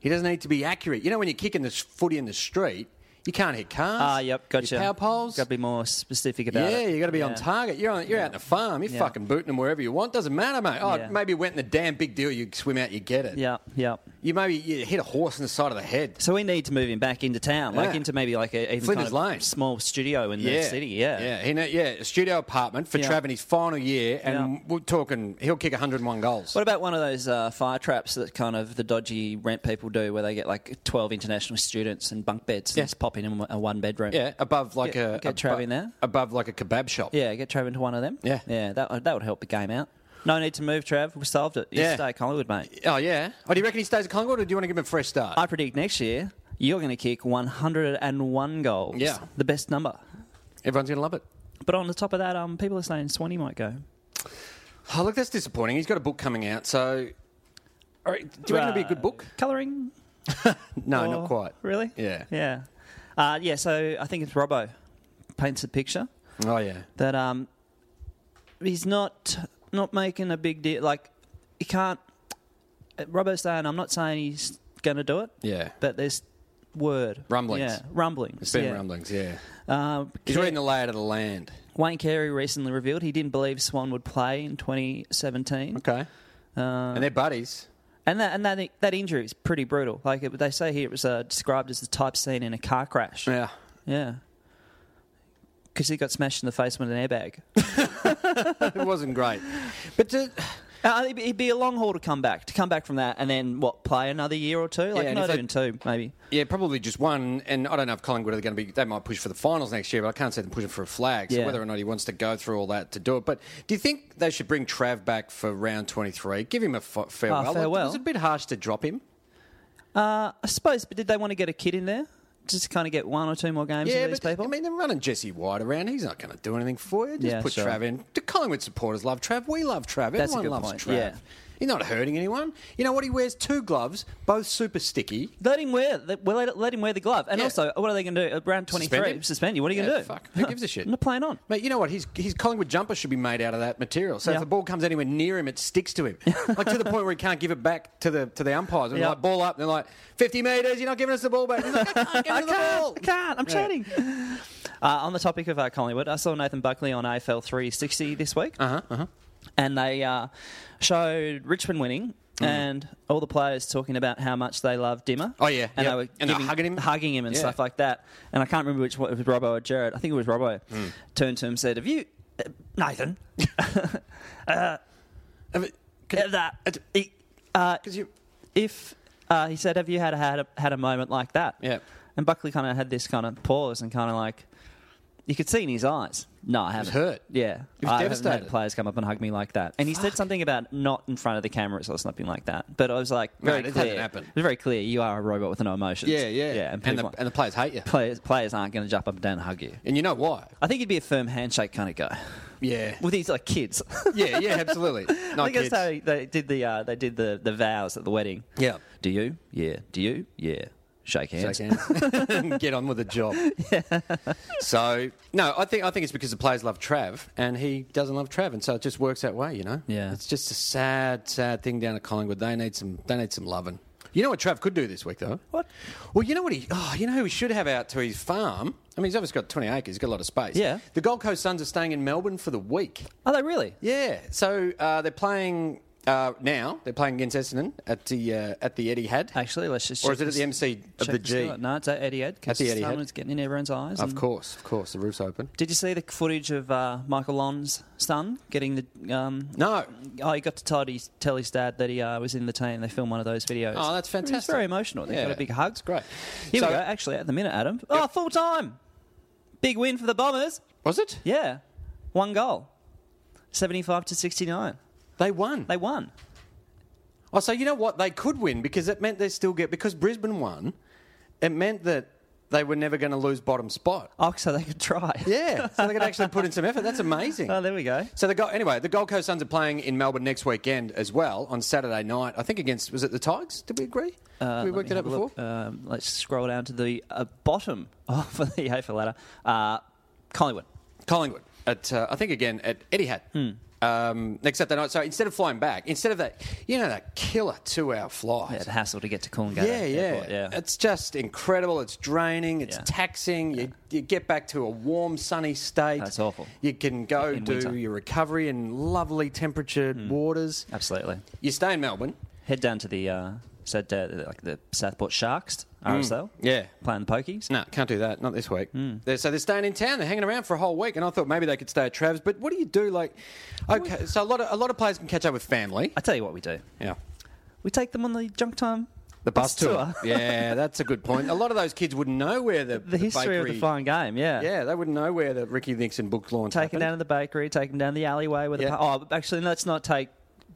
[SPEAKER 2] he doesn't need to be accurate. You know, when you're kicking the s- footy in the street, you can't hit cars.
[SPEAKER 1] ah, yep, gotcha.
[SPEAKER 2] Your power poles.
[SPEAKER 1] Got to be more specific about
[SPEAKER 2] Yeah,
[SPEAKER 1] it.
[SPEAKER 2] you got to be on
[SPEAKER 1] Yeah.
[SPEAKER 2] target. You're on, you're out in a farm. You're
[SPEAKER 1] Yeah.
[SPEAKER 2] fucking booting them wherever you want. Doesn't matter, mate. Oh,
[SPEAKER 1] Yeah.
[SPEAKER 2] maybe it went in the damn big deal. You swim out, you get it.
[SPEAKER 1] Yeah, yeah.
[SPEAKER 2] You maybe you hit a horse in the side of the head.
[SPEAKER 1] So we need to move him back into town, like
[SPEAKER 2] Yeah.
[SPEAKER 1] into maybe like a even kind
[SPEAKER 2] Flinders
[SPEAKER 1] of
[SPEAKER 2] Lane.
[SPEAKER 1] small studio in
[SPEAKER 2] yeah,
[SPEAKER 1] the city. Yeah,
[SPEAKER 2] yeah. He know- yeah, a studio apartment for
[SPEAKER 1] Yeah.
[SPEAKER 2] Trav in his final year, and
[SPEAKER 1] Yeah.
[SPEAKER 2] we're talking he'll kick 101 goals.
[SPEAKER 1] What about one of those uh, fire traps that kind of the dodgy rent people do, where they get like twelve international students and bunk beds and
[SPEAKER 2] Yeah.
[SPEAKER 1] just pop in in a one bedroom?
[SPEAKER 2] yeah, above like
[SPEAKER 1] Get-
[SPEAKER 2] a
[SPEAKER 1] get
[SPEAKER 2] abo-
[SPEAKER 1] Trav in there.
[SPEAKER 2] Above like a kebab shop.
[SPEAKER 1] yeah. Get Trav into one of them.
[SPEAKER 2] Yeah.
[SPEAKER 1] yeah. That would- that would help the game out. No need to move, Trav. We solved it. You
[SPEAKER 2] Yeah.
[SPEAKER 1] stay at Collingwood, mate.
[SPEAKER 2] Oh yeah. Oh, do you reckon he stays at Collingwood, or do you want to give him a fresh start?
[SPEAKER 1] I predict next year you're going to kick 101 goals.
[SPEAKER 2] Yeah.
[SPEAKER 1] the best number.
[SPEAKER 2] Everyone's gonna love it.
[SPEAKER 1] But on the top of that, um, people are saying Swanee might go.
[SPEAKER 2] Oh look, that's disappointing. He's got a book coming out, so. All right, do you reckon it'll be a good book?
[SPEAKER 1] Uh, Colouring?
[SPEAKER 2] No,
[SPEAKER 1] Or-
[SPEAKER 2] Oh, not quite.
[SPEAKER 1] Oh, Really?
[SPEAKER 2] Yeah.
[SPEAKER 1] Yeah. Uh, yeah. So I think it's Robbo paints a picture.
[SPEAKER 2] Oh yeah.
[SPEAKER 1] that um, he's not not making a big deal. Like he can't. Robert's saying, I'm not saying he's going to do it,
[SPEAKER 2] Yeah.
[SPEAKER 1] but there's word
[SPEAKER 2] Rumblings.
[SPEAKER 1] Yeah, rumblings.
[SPEAKER 2] It's been
[SPEAKER 1] yeah.
[SPEAKER 2] rumblings, yeah.
[SPEAKER 1] Uh,
[SPEAKER 2] He's reading the layout of the land.
[SPEAKER 1] Wayne Carey recently revealed he didn't believe Swan would play in 2017,
[SPEAKER 2] Okay.
[SPEAKER 1] Uh,
[SPEAKER 2] and they're buddies.
[SPEAKER 1] and that and that that injury is pretty brutal. Like it, they say here, it was uh, described as the type seen in a car crash.
[SPEAKER 2] Yeah.
[SPEAKER 1] Yeah. Because he got smashed in the face with an airbag.
[SPEAKER 2] it wasn't great. But to,
[SPEAKER 1] Uh, it'd, be, it'd be a long haul to come back, to come back from that, and then what? Play another year or two, like
[SPEAKER 2] Yeah, and
[SPEAKER 1] not
[SPEAKER 2] if they-
[SPEAKER 1] even two, maybe.
[SPEAKER 2] yeah, probably just one. And I don't know if Collingwood are going to be, they might push for the finals next year, but I can't see them pushing for a flag. So
[SPEAKER 1] Yeah.
[SPEAKER 2] whether or not he wants to go through all that to do it. But do you think they should bring Trav back for round 23? Give him a f- farewell. Like,
[SPEAKER 1] Ah, farewell.
[SPEAKER 2] was it a bit harsh to drop him?
[SPEAKER 1] I suppose, but did they want to get a kid in there, just to kind of get one or two more games
[SPEAKER 2] Yeah,
[SPEAKER 1] of these
[SPEAKER 2] but
[SPEAKER 1] people?
[SPEAKER 2] I mean, they're running Jesse White around. He's not going to do anything for you. Just
[SPEAKER 1] Yeah,
[SPEAKER 2] put
[SPEAKER 1] sure.
[SPEAKER 2] Trav in. The Collingwood supporters love Trav. We love Trav.
[SPEAKER 1] That's a
[SPEAKER 2] Everyone
[SPEAKER 1] good
[SPEAKER 2] loves
[SPEAKER 1] point,
[SPEAKER 2] Trav.
[SPEAKER 1] yeah.
[SPEAKER 2] He's not hurting anyone. You know what? He wears two gloves, both super sticky.
[SPEAKER 1] let him wear, let, well, let, let him wear the glove, and
[SPEAKER 2] Yeah.
[SPEAKER 1] also, what are they going to do? Around twenty three,
[SPEAKER 2] Suspend
[SPEAKER 1] suspend,
[SPEAKER 2] him?
[SPEAKER 1] you. What are you
[SPEAKER 2] Yeah,
[SPEAKER 1] going to do?
[SPEAKER 2] fuck. Who gives a shit?
[SPEAKER 1] I'm not playing on.
[SPEAKER 2] Mate, you know what? His, his Collingwood jumper should be made out of that material. So
[SPEAKER 1] Yeah.
[SPEAKER 2] if the ball comes anywhere near him, it sticks to him. like to the point where he can't give it back to the to the umpires. And
[SPEAKER 1] Yeah.
[SPEAKER 2] like ball up, and they're like, 50 metres, you're not giving us the ball back. He's like, I can't give
[SPEAKER 1] I
[SPEAKER 2] you the ball.
[SPEAKER 1] can't, I can't. I'm chatting.
[SPEAKER 2] Uh-huh,
[SPEAKER 1] Uh, on the topic of uh, Collingwood, I saw Nathan Buckley on AFL 360 this week. Uh huh. and they uh, showed Richmond winning.
[SPEAKER 2] Mm.
[SPEAKER 1] And all the players talking about how much they love Dimmer.
[SPEAKER 2] Oh, yeah.
[SPEAKER 1] and
[SPEAKER 2] Yep.
[SPEAKER 1] they were
[SPEAKER 2] And they were
[SPEAKER 1] giving-
[SPEAKER 2] hugging him.
[SPEAKER 1] hugging him, and
[SPEAKER 2] Yeah.
[SPEAKER 1] stuff like that. And I can't remember which one, if it was Robbo or Jared. I think it was Robbo.
[SPEAKER 2] Mm.
[SPEAKER 1] Turned to him, and said, "Have you, uh, Nathan? Have that? he- uh,
[SPEAKER 2] Because you.
[SPEAKER 1] if uh, he said, "Have you had a, had a had a moment like that?"
[SPEAKER 2] Yeah.
[SPEAKER 1] And Buckley kind of had this kind of pause and kind of like, you could see in his eyes. No, I haven't.
[SPEAKER 2] hurt.
[SPEAKER 1] Yeah,
[SPEAKER 2] He was
[SPEAKER 1] I haven't had
[SPEAKER 2] devastated.
[SPEAKER 1] players come up and hug me like that. And he said something about not in front of the cameras or something like that. But I was like,
[SPEAKER 2] No,
[SPEAKER 1] very
[SPEAKER 2] it
[SPEAKER 1] clear.
[SPEAKER 2] hasn't happened.
[SPEAKER 1] It was very clear. You are a robot with no emotions.
[SPEAKER 2] Yeah, yeah.
[SPEAKER 1] yeah. And,
[SPEAKER 2] and,
[SPEAKER 1] people
[SPEAKER 2] the, and the players hate you.
[SPEAKER 1] players players aren't going to jump up and down and hug you.
[SPEAKER 2] And you know why?
[SPEAKER 1] I think he'd be a firm handshake kind of guy.
[SPEAKER 2] Yeah.
[SPEAKER 1] With these like kids.
[SPEAKER 2] yeah, yeah, absolutely.
[SPEAKER 1] I
[SPEAKER 2] Not
[SPEAKER 1] think
[SPEAKER 2] kids.
[SPEAKER 1] that's how he- they did the uh, they did the, the vows at the wedding.
[SPEAKER 2] Yeah.
[SPEAKER 1] Do you? Yeah. Do you? Yeah. Shake hands.
[SPEAKER 2] Shake hands. Get on with the job. So no, I think I think it's because the players love Trav and he doesn't love Trav, and so it just works that way, you know.
[SPEAKER 1] Yeah.
[SPEAKER 2] it's just a sad, sad thing down at Collingwood. They need some, they need some loving. You know what Trav could do this week though?
[SPEAKER 1] What?
[SPEAKER 2] Well, you know what he? Oh, you know who he should have out to his farm? I mean, he's obviously got twenty acres. He's got a lot of space.
[SPEAKER 1] Yeah.
[SPEAKER 2] The Gold Coast Suns are staying in Melbourne for the week.
[SPEAKER 1] Are they really?
[SPEAKER 2] Yeah. So uh, they're playing uh, now. They're playing against Essendon at the uh, at the Eddie Had.
[SPEAKER 1] Actually, let's just.
[SPEAKER 2] Or
[SPEAKER 1] check
[SPEAKER 2] is it at
[SPEAKER 1] this-
[SPEAKER 2] the MC of
[SPEAKER 1] check
[SPEAKER 2] the
[SPEAKER 1] this
[SPEAKER 2] G?
[SPEAKER 1] out. No, it's at Etihad because
[SPEAKER 2] At the Etihad.
[SPEAKER 1] someone's getting in everyone's eyes.
[SPEAKER 2] Of
[SPEAKER 1] and-
[SPEAKER 2] course, of course. The roof's open.
[SPEAKER 1] Did you see the footage of uh, Michael Lon's son getting the? Um,
[SPEAKER 2] No.
[SPEAKER 1] Oh, he got to tell his, tell his dad that he uh, was in the team. They filmed one of those videos.
[SPEAKER 2] Oh, that's
[SPEAKER 1] It was
[SPEAKER 2] fantastic.
[SPEAKER 1] very emotional. They got a big hug.
[SPEAKER 2] It's great.
[SPEAKER 1] Here
[SPEAKER 2] So-
[SPEAKER 1] we go. Actually, at the minute, Adam. Oh, full time. Big win for the Bombers.
[SPEAKER 2] Was it?
[SPEAKER 1] Yeah, one goal, seventy-five to sixty-nine.
[SPEAKER 2] They won.
[SPEAKER 1] They won.
[SPEAKER 2] oh, so you know what? They could win because it meant they still get because Brisbane won. It meant that they were never going to lose bottom spot.
[SPEAKER 1] Oh, so they could try.
[SPEAKER 2] Yeah, so they could actually put in some effort. That's amazing.
[SPEAKER 1] Oh, there we go.
[SPEAKER 2] So the Gold, anyway, the Gold Coast Suns are playing in Melbourne next weekend as well on Saturday night. I think against was it the Tigers? Did we agree? Did we
[SPEAKER 1] Uh, Let
[SPEAKER 2] worked
[SPEAKER 1] me
[SPEAKER 2] it
[SPEAKER 1] have
[SPEAKER 2] out
[SPEAKER 1] a
[SPEAKER 2] before.
[SPEAKER 1] look. Um, let's scroll down to the uh, bottom of the AFL ladder. Uh, Collingwood.
[SPEAKER 2] Collingwood at uh, I think again at Etihad
[SPEAKER 1] Hmm.
[SPEAKER 2] um, next Saturday night. So instead of flying back, instead of that, you know that killer two-hour
[SPEAKER 1] Yeah,
[SPEAKER 2] flight.
[SPEAKER 1] the hassle to get to Coolangatta.
[SPEAKER 2] Yeah, yeah.
[SPEAKER 1] Airport, yeah.
[SPEAKER 2] It's just incredible. It's draining. It's
[SPEAKER 1] Yeah.
[SPEAKER 2] taxing. You, you get back to a warm, sunny state.
[SPEAKER 1] That's awful.
[SPEAKER 2] You can go
[SPEAKER 1] In
[SPEAKER 2] do
[SPEAKER 1] winter. Hmm.
[SPEAKER 2] your recovery in lovely temperatured waters.
[SPEAKER 1] Absolutely.
[SPEAKER 2] You stay in Melbourne.
[SPEAKER 1] Head down to the uh, said uh, like the Southport Sharks RSL.
[SPEAKER 2] Mm. Yeah.
[SPEAKER 1] playing the pokies.
[SPEAKER 2] No, can't do that. Not this week.
[SPEAKER 1] Hmm.
[SPEAKER 2] They're, so they're staying in town. They're hanging around for a whole week, and I thought maybe they could stay at Trav's. But what do you do? Like, okay, so a lot of a lot of players can catch up with family.
[SPEAKER 1] I tell you what we do.
[SPEAKER 2] Yeah.
[SPEAKER 1] We take them on the junk time.
[SPEAKER 2] The bus tour. yeah, that's a good point. A lot of those kids wouldn't know where the,
[SPEAKER 1] The history of
[SPEAKER 2] bakery-
[SPEAKER 1] the fine game. Yeah.
[SPEAKER 2] Yeah, they wouldn't know where the Ricky Nixon book launch
[SPEAKER 1] Take them
[SPEAKER 2] happened.
[SPEAKER 1] down to the bakery. Take them down the alleyway with
[SPEAKER 2] Yeah.
[SPEAKER 1] the. Oh, but actually, let's not take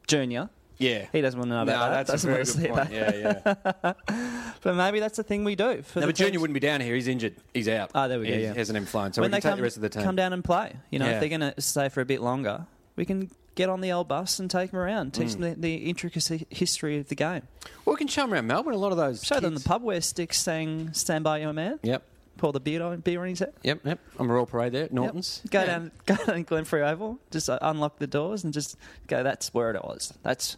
[SPEAKER 1] Junior.
[SPEAKER 2] Yeah.
[SPEAKER 1] He doesn't want to know
[SPEAKER 2] No,
[SPEAKER 1] about that.
[SPEAKER 2] that's a
[SPEAKER 1] Doesn't
[SPEAKER 2] very
[SPEAKER 1] want to
[SPEAKER 2] good
[SPEAKER 1] see
[SPEAKER 2] point.
[SPEAKER 1] that.
[SPEAKER 2] Yeah, yeah.
[SPEAKER 1] But maybe that's the thing we do. For
[SPEAKER 2] no,
[SPEAKER 1] the
[SPEAKER 2] but Junior
[SPEAKER 1] teams.
[SPEAKER 2] wouldn't be down here. He's injured. He's out.
[SPEAKER 1] Oh, there we go.
[SPEAKER 2] He
[SPEAKER 1] yeah.
[SPEAKER 2] hasn't even flown, so we can take the rest of the team.
[SPEAKER 1] come down and play. You know,
[SPEAKER 2] Yeah.
[SPEAKER 1] if they're going to stay for a bit longer, we can get on the old bus and take them around, teach
[SPEAKER 2] Mm.
[SPEAKER 1] them the, the intricacy history of the game.
[SPEAKER 2] Well, we can show them around Melbourne. A lot of those.
[SPEAKER 1] Show them the
[SPEAKER 2] kids.
[SPEAKER 1] pub where Sticks sang "Stand by Your Man."
[SPEAKER 2] Yep.
[SPEAKER 1] Pour the beer on beer on his head.
[SPEAKER 2] Yep, yep. I'm a Royal Parade there, at
[SPEAKER 1] Yep.
[SPEAKER 2] Norton's.
[SPEAKER 1] Go
[SPEAKER 2] Yeah.
[SPEAKER 1] down, go down Glenfrey Oval. Just uh, unlock the doors and just go. That's where it was. That's.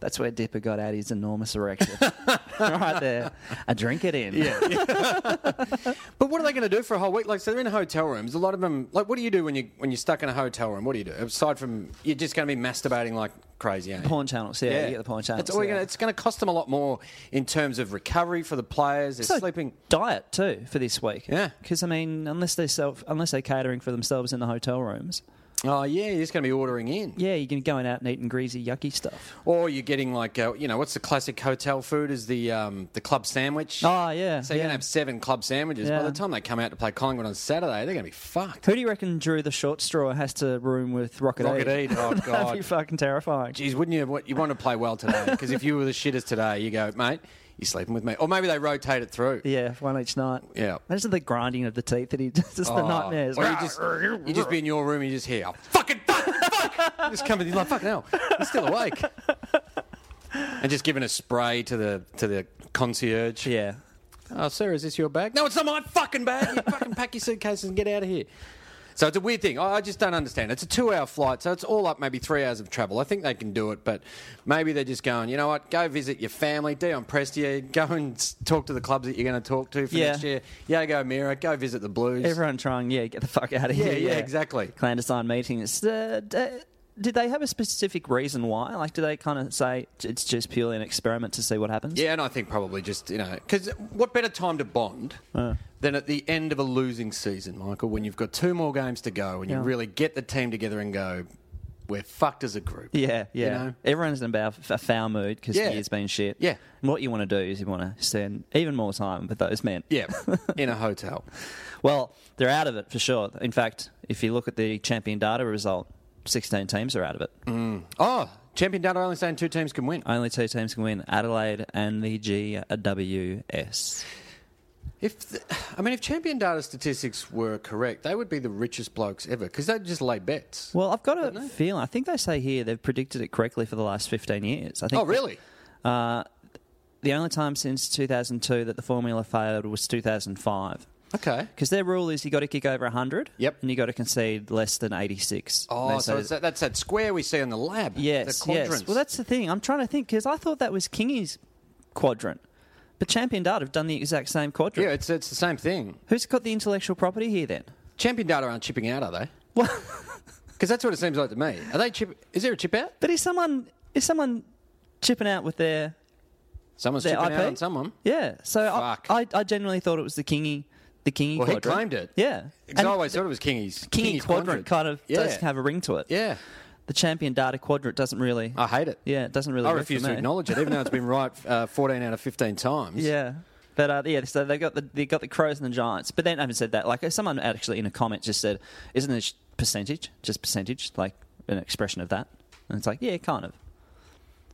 [SPEAKER 1] That's where Dipper got out his enormous erection. right there. I drink it in. Yeah.
[SPEAKER 2] But what are they going to do for a whole week? Like, so they're in hotel rooms. A lot of them. Like, what do you do when you when you're stuck in a hotel room? What do you do aside from you're just going to be masturbating like crazy? Ain't you?
[SPEAKER 1] Porn channels. Yeah, you get the porn channels.
[SPEAKER 2] It's, all
[SPEAKER 1] yeah.
[SPEAKER 2] gonna, it's going to cost them a lot more in terms of recovery for the players. They're
[SPEAKER 1] So
[SPEAKER 2] sleeping.
[SPEAKER 1] diet too for this week.
[SPEAKER 2] Yeah.
[SPEAKER 1] because I mean, unless they self, unless they're catering for themselves in the hotel rooms,
[SPEAKER 2] Oh yeah, you're just going to be ordering in.
[SPEAKER 1] yeah, you're gonna going out and eating greasy, yucky stuff.
[SPEAKER 2] Or you're getting like, uh, you know, what's the classic hotel food? Is the um, the club sandwich?
[SPEAKER 1] Oh yeah.
[SPEAKER 2] So you're
[SPEAKER 1] yeah.
[SPEAKER 2] gonna have seven club sandwiches.
[SPEAKER 1] Yeah.
[SPEAKER 2] By the time they come out to play Collingwood on Saturday, they're gonna be fucked.
[SPEAKER 1] Who do you reckon drew the short straw has to room with Rocket?
[SPEAKER 2] Rocket
[SPEAKER 1] Eid?
[SPEAKER 2] Eid, oh,
[SPEAKER 1] That'd be
[SPEAKER 2] God.
[SPEAKER 1] fucking terrifying.
[SPEAKER 2] Geez, wouldn't you? What you want to play well today? Because if you were the shitters today, you go, mate, you're sleeping with me. Or maybe they rotate it through.
[SPEAKER 1] Yeah, one each night.
[SPEAKER 2] Yeah.
[SPEAKER 1] Imagine the grinding of the teeth that he does. Just the
[SPEAKER 2] Oh.
[SPEAKER 1] nightmares.
[SPEAKER 2] Or you just you just be in your room and you just hear, oh, fucking fuck, fuck. just coming, you're like, fuck now, he's still awake. And just giving a spray to the to the concierge.
[SPEAKER 1] yeah.
[SPEAKER 2] Oh, sir, is this your bag? No, it's not my fucking bag. You fucking pack your suitcases and get out of here. So it's a weird thing. I I just don't understand. It's a two-hour flight, so it's all up maybe three hours of travel. I think they can do it, but maybe they're just going. You know what? Go visit your family. Dion Prestia. Go and s- talk to the clubs that you're going to talk to for
[SPEAKER 1] Yeah.
[SPEAKER 2] next year. Yeah, go Mira. Go visit the Blues.
[SPEAKER 1] Everyone trying. Yeah, get the fuck out of
[SPEAKER 2] Yeah,
[SPEAKER 1] here.
[SPEAKER 2] yeah, exactly.
[SPEAKER 1] Clandestine meetings. Uh, d- did they have a specific reason why? Like, do they kind of say it's just purely an experiment to see what happens?
[SPEAKER 2] Yeah, and I think probably just, you know, because what better time to bond
[SPEAKER 1] Uh.
[SPEAKER 2] than at the end of a losing season, Michael, when you've got two more games to go and
[SPEAKER 1] Yeah.
[SPEAKER 2] you really get the team together and go, we're fucked as a group.
[SPEAKER 1] Yeah, yeah.
[SPEAKER 2] know?
[SPEAKER 1] Everyone's in about a foul mood because
[SPEAKER 2] Yeah.
[SPEAKER 1] the year's been shit.
[SPEAKER 2] Yeah.
[SPEAKER 1] And what you want to do is you want to spend even more time with those men.
[SPEAKER 2] Yeah, in a hotel.
[SPEAKER 1] Well, they're out of it for sure. In fact, if you look at the champion data result, 16 teams are out of it.
[SPEAKER 2] Oh, Champion Data only saying two teams can win.
[SPEAKER 1] Only two teams can win Adelaide and the GWS.
[SPEAKER 2] If the, I mean, if Champion Data statistics were correct, they would be the richest blokes ever because they just lay bets.
[SPEAKER 1] Well, I've got a feeling. I think they say here they've predicted it correctly for the last 15 years. I think
[SPEAKER 2] oh, really?
[SPEAKER 1] The only time since 2002 that the formula failed was 2005.
[SPEAKER 2] Okay.
[SPEAKER 1] Because their rule is you got to kick over 100.
[SPEAKER 2] Yep.
[SPEAKER 1] And you got to concede less than 86. And
[SPEAKER 2] Oh,
[SPEAKER 1] they
[SPEAKER 2] so
[SPEAKER 1] say-
[SPEAKER 2] it's that, that's that square we see in the lab.
[SPEAKER 1] Yes,
[SPEAKER 2] the
[SPEAKER 1] yes.
[SPEAKER 2] quadrants.
[SPEAKER 1] Well, that's the thing. I'm trying to think because I thought that was Kingy's quadrant, but Champion Data have done the exact same quadrant.
[SPEAKER 2] yeah, it's it's the same thing.
[SPEAKER 1] Who's got the intellectual property here then?
[SPEAKER 2] Champion Data aren't chipping out, are they?
[SPEAKER 1] Well,
[SPEAKER 2] Because that's what it seems like to me. Are they chip? Is there a chip out?
[SPEAKER 1] but is someone is someone chipping out with their
[SPEAKER 2] Someone's
[SPEAKER 1] their
[SPEAKER 2] chipping
[SPEAKER 1] IP?
[SPEAKER 2] out on someone.
[SPEAKER 1] Yeah. So I,
[SPEAKER 2] Fuck.
[SPEAKER 1] I I generally thought it was the Kingy the Kingy
[SPEAKER 2] Well, he
[SPEAKER 1] quadrant.
[SPEAKER 2] claimed it.
[SPEAKER 1] Yeah.
[SPEAKER 2] 'Cause I always thought it was Kingy's.
[SPEAKER 1] Kingy
[SPEAKER 2] Kingy's
[SPEAKER 1] quadrant kind of
[SPEAKER 2] Yeah.
[SPEAKER 1] does have a ring to it.
[SPEAKER 2] Yeah,
[SPEAKER 1] The Champion Data quadrant doesn't really.
[SPEAKER 2] I hate it.
[SPEAKER 1] yeah, it doesn't really.
[SPEAKER 2] I
[SPEAKER 1] work for
[SPEAKER 2] refuse to
[SPEAKER 1] me.
[SPEAKER 2] acknowledge it, even though it's been right uh, 14 out of 15 times.
[SPEAKER 1] Yeah. But uh, yeah, so they got the they got the crows and the giants. But then having said that, like uh, someone actually in a comment just said, "Isn't this percentage just percentage like an expression of that?" And it's like, yeah, kind of.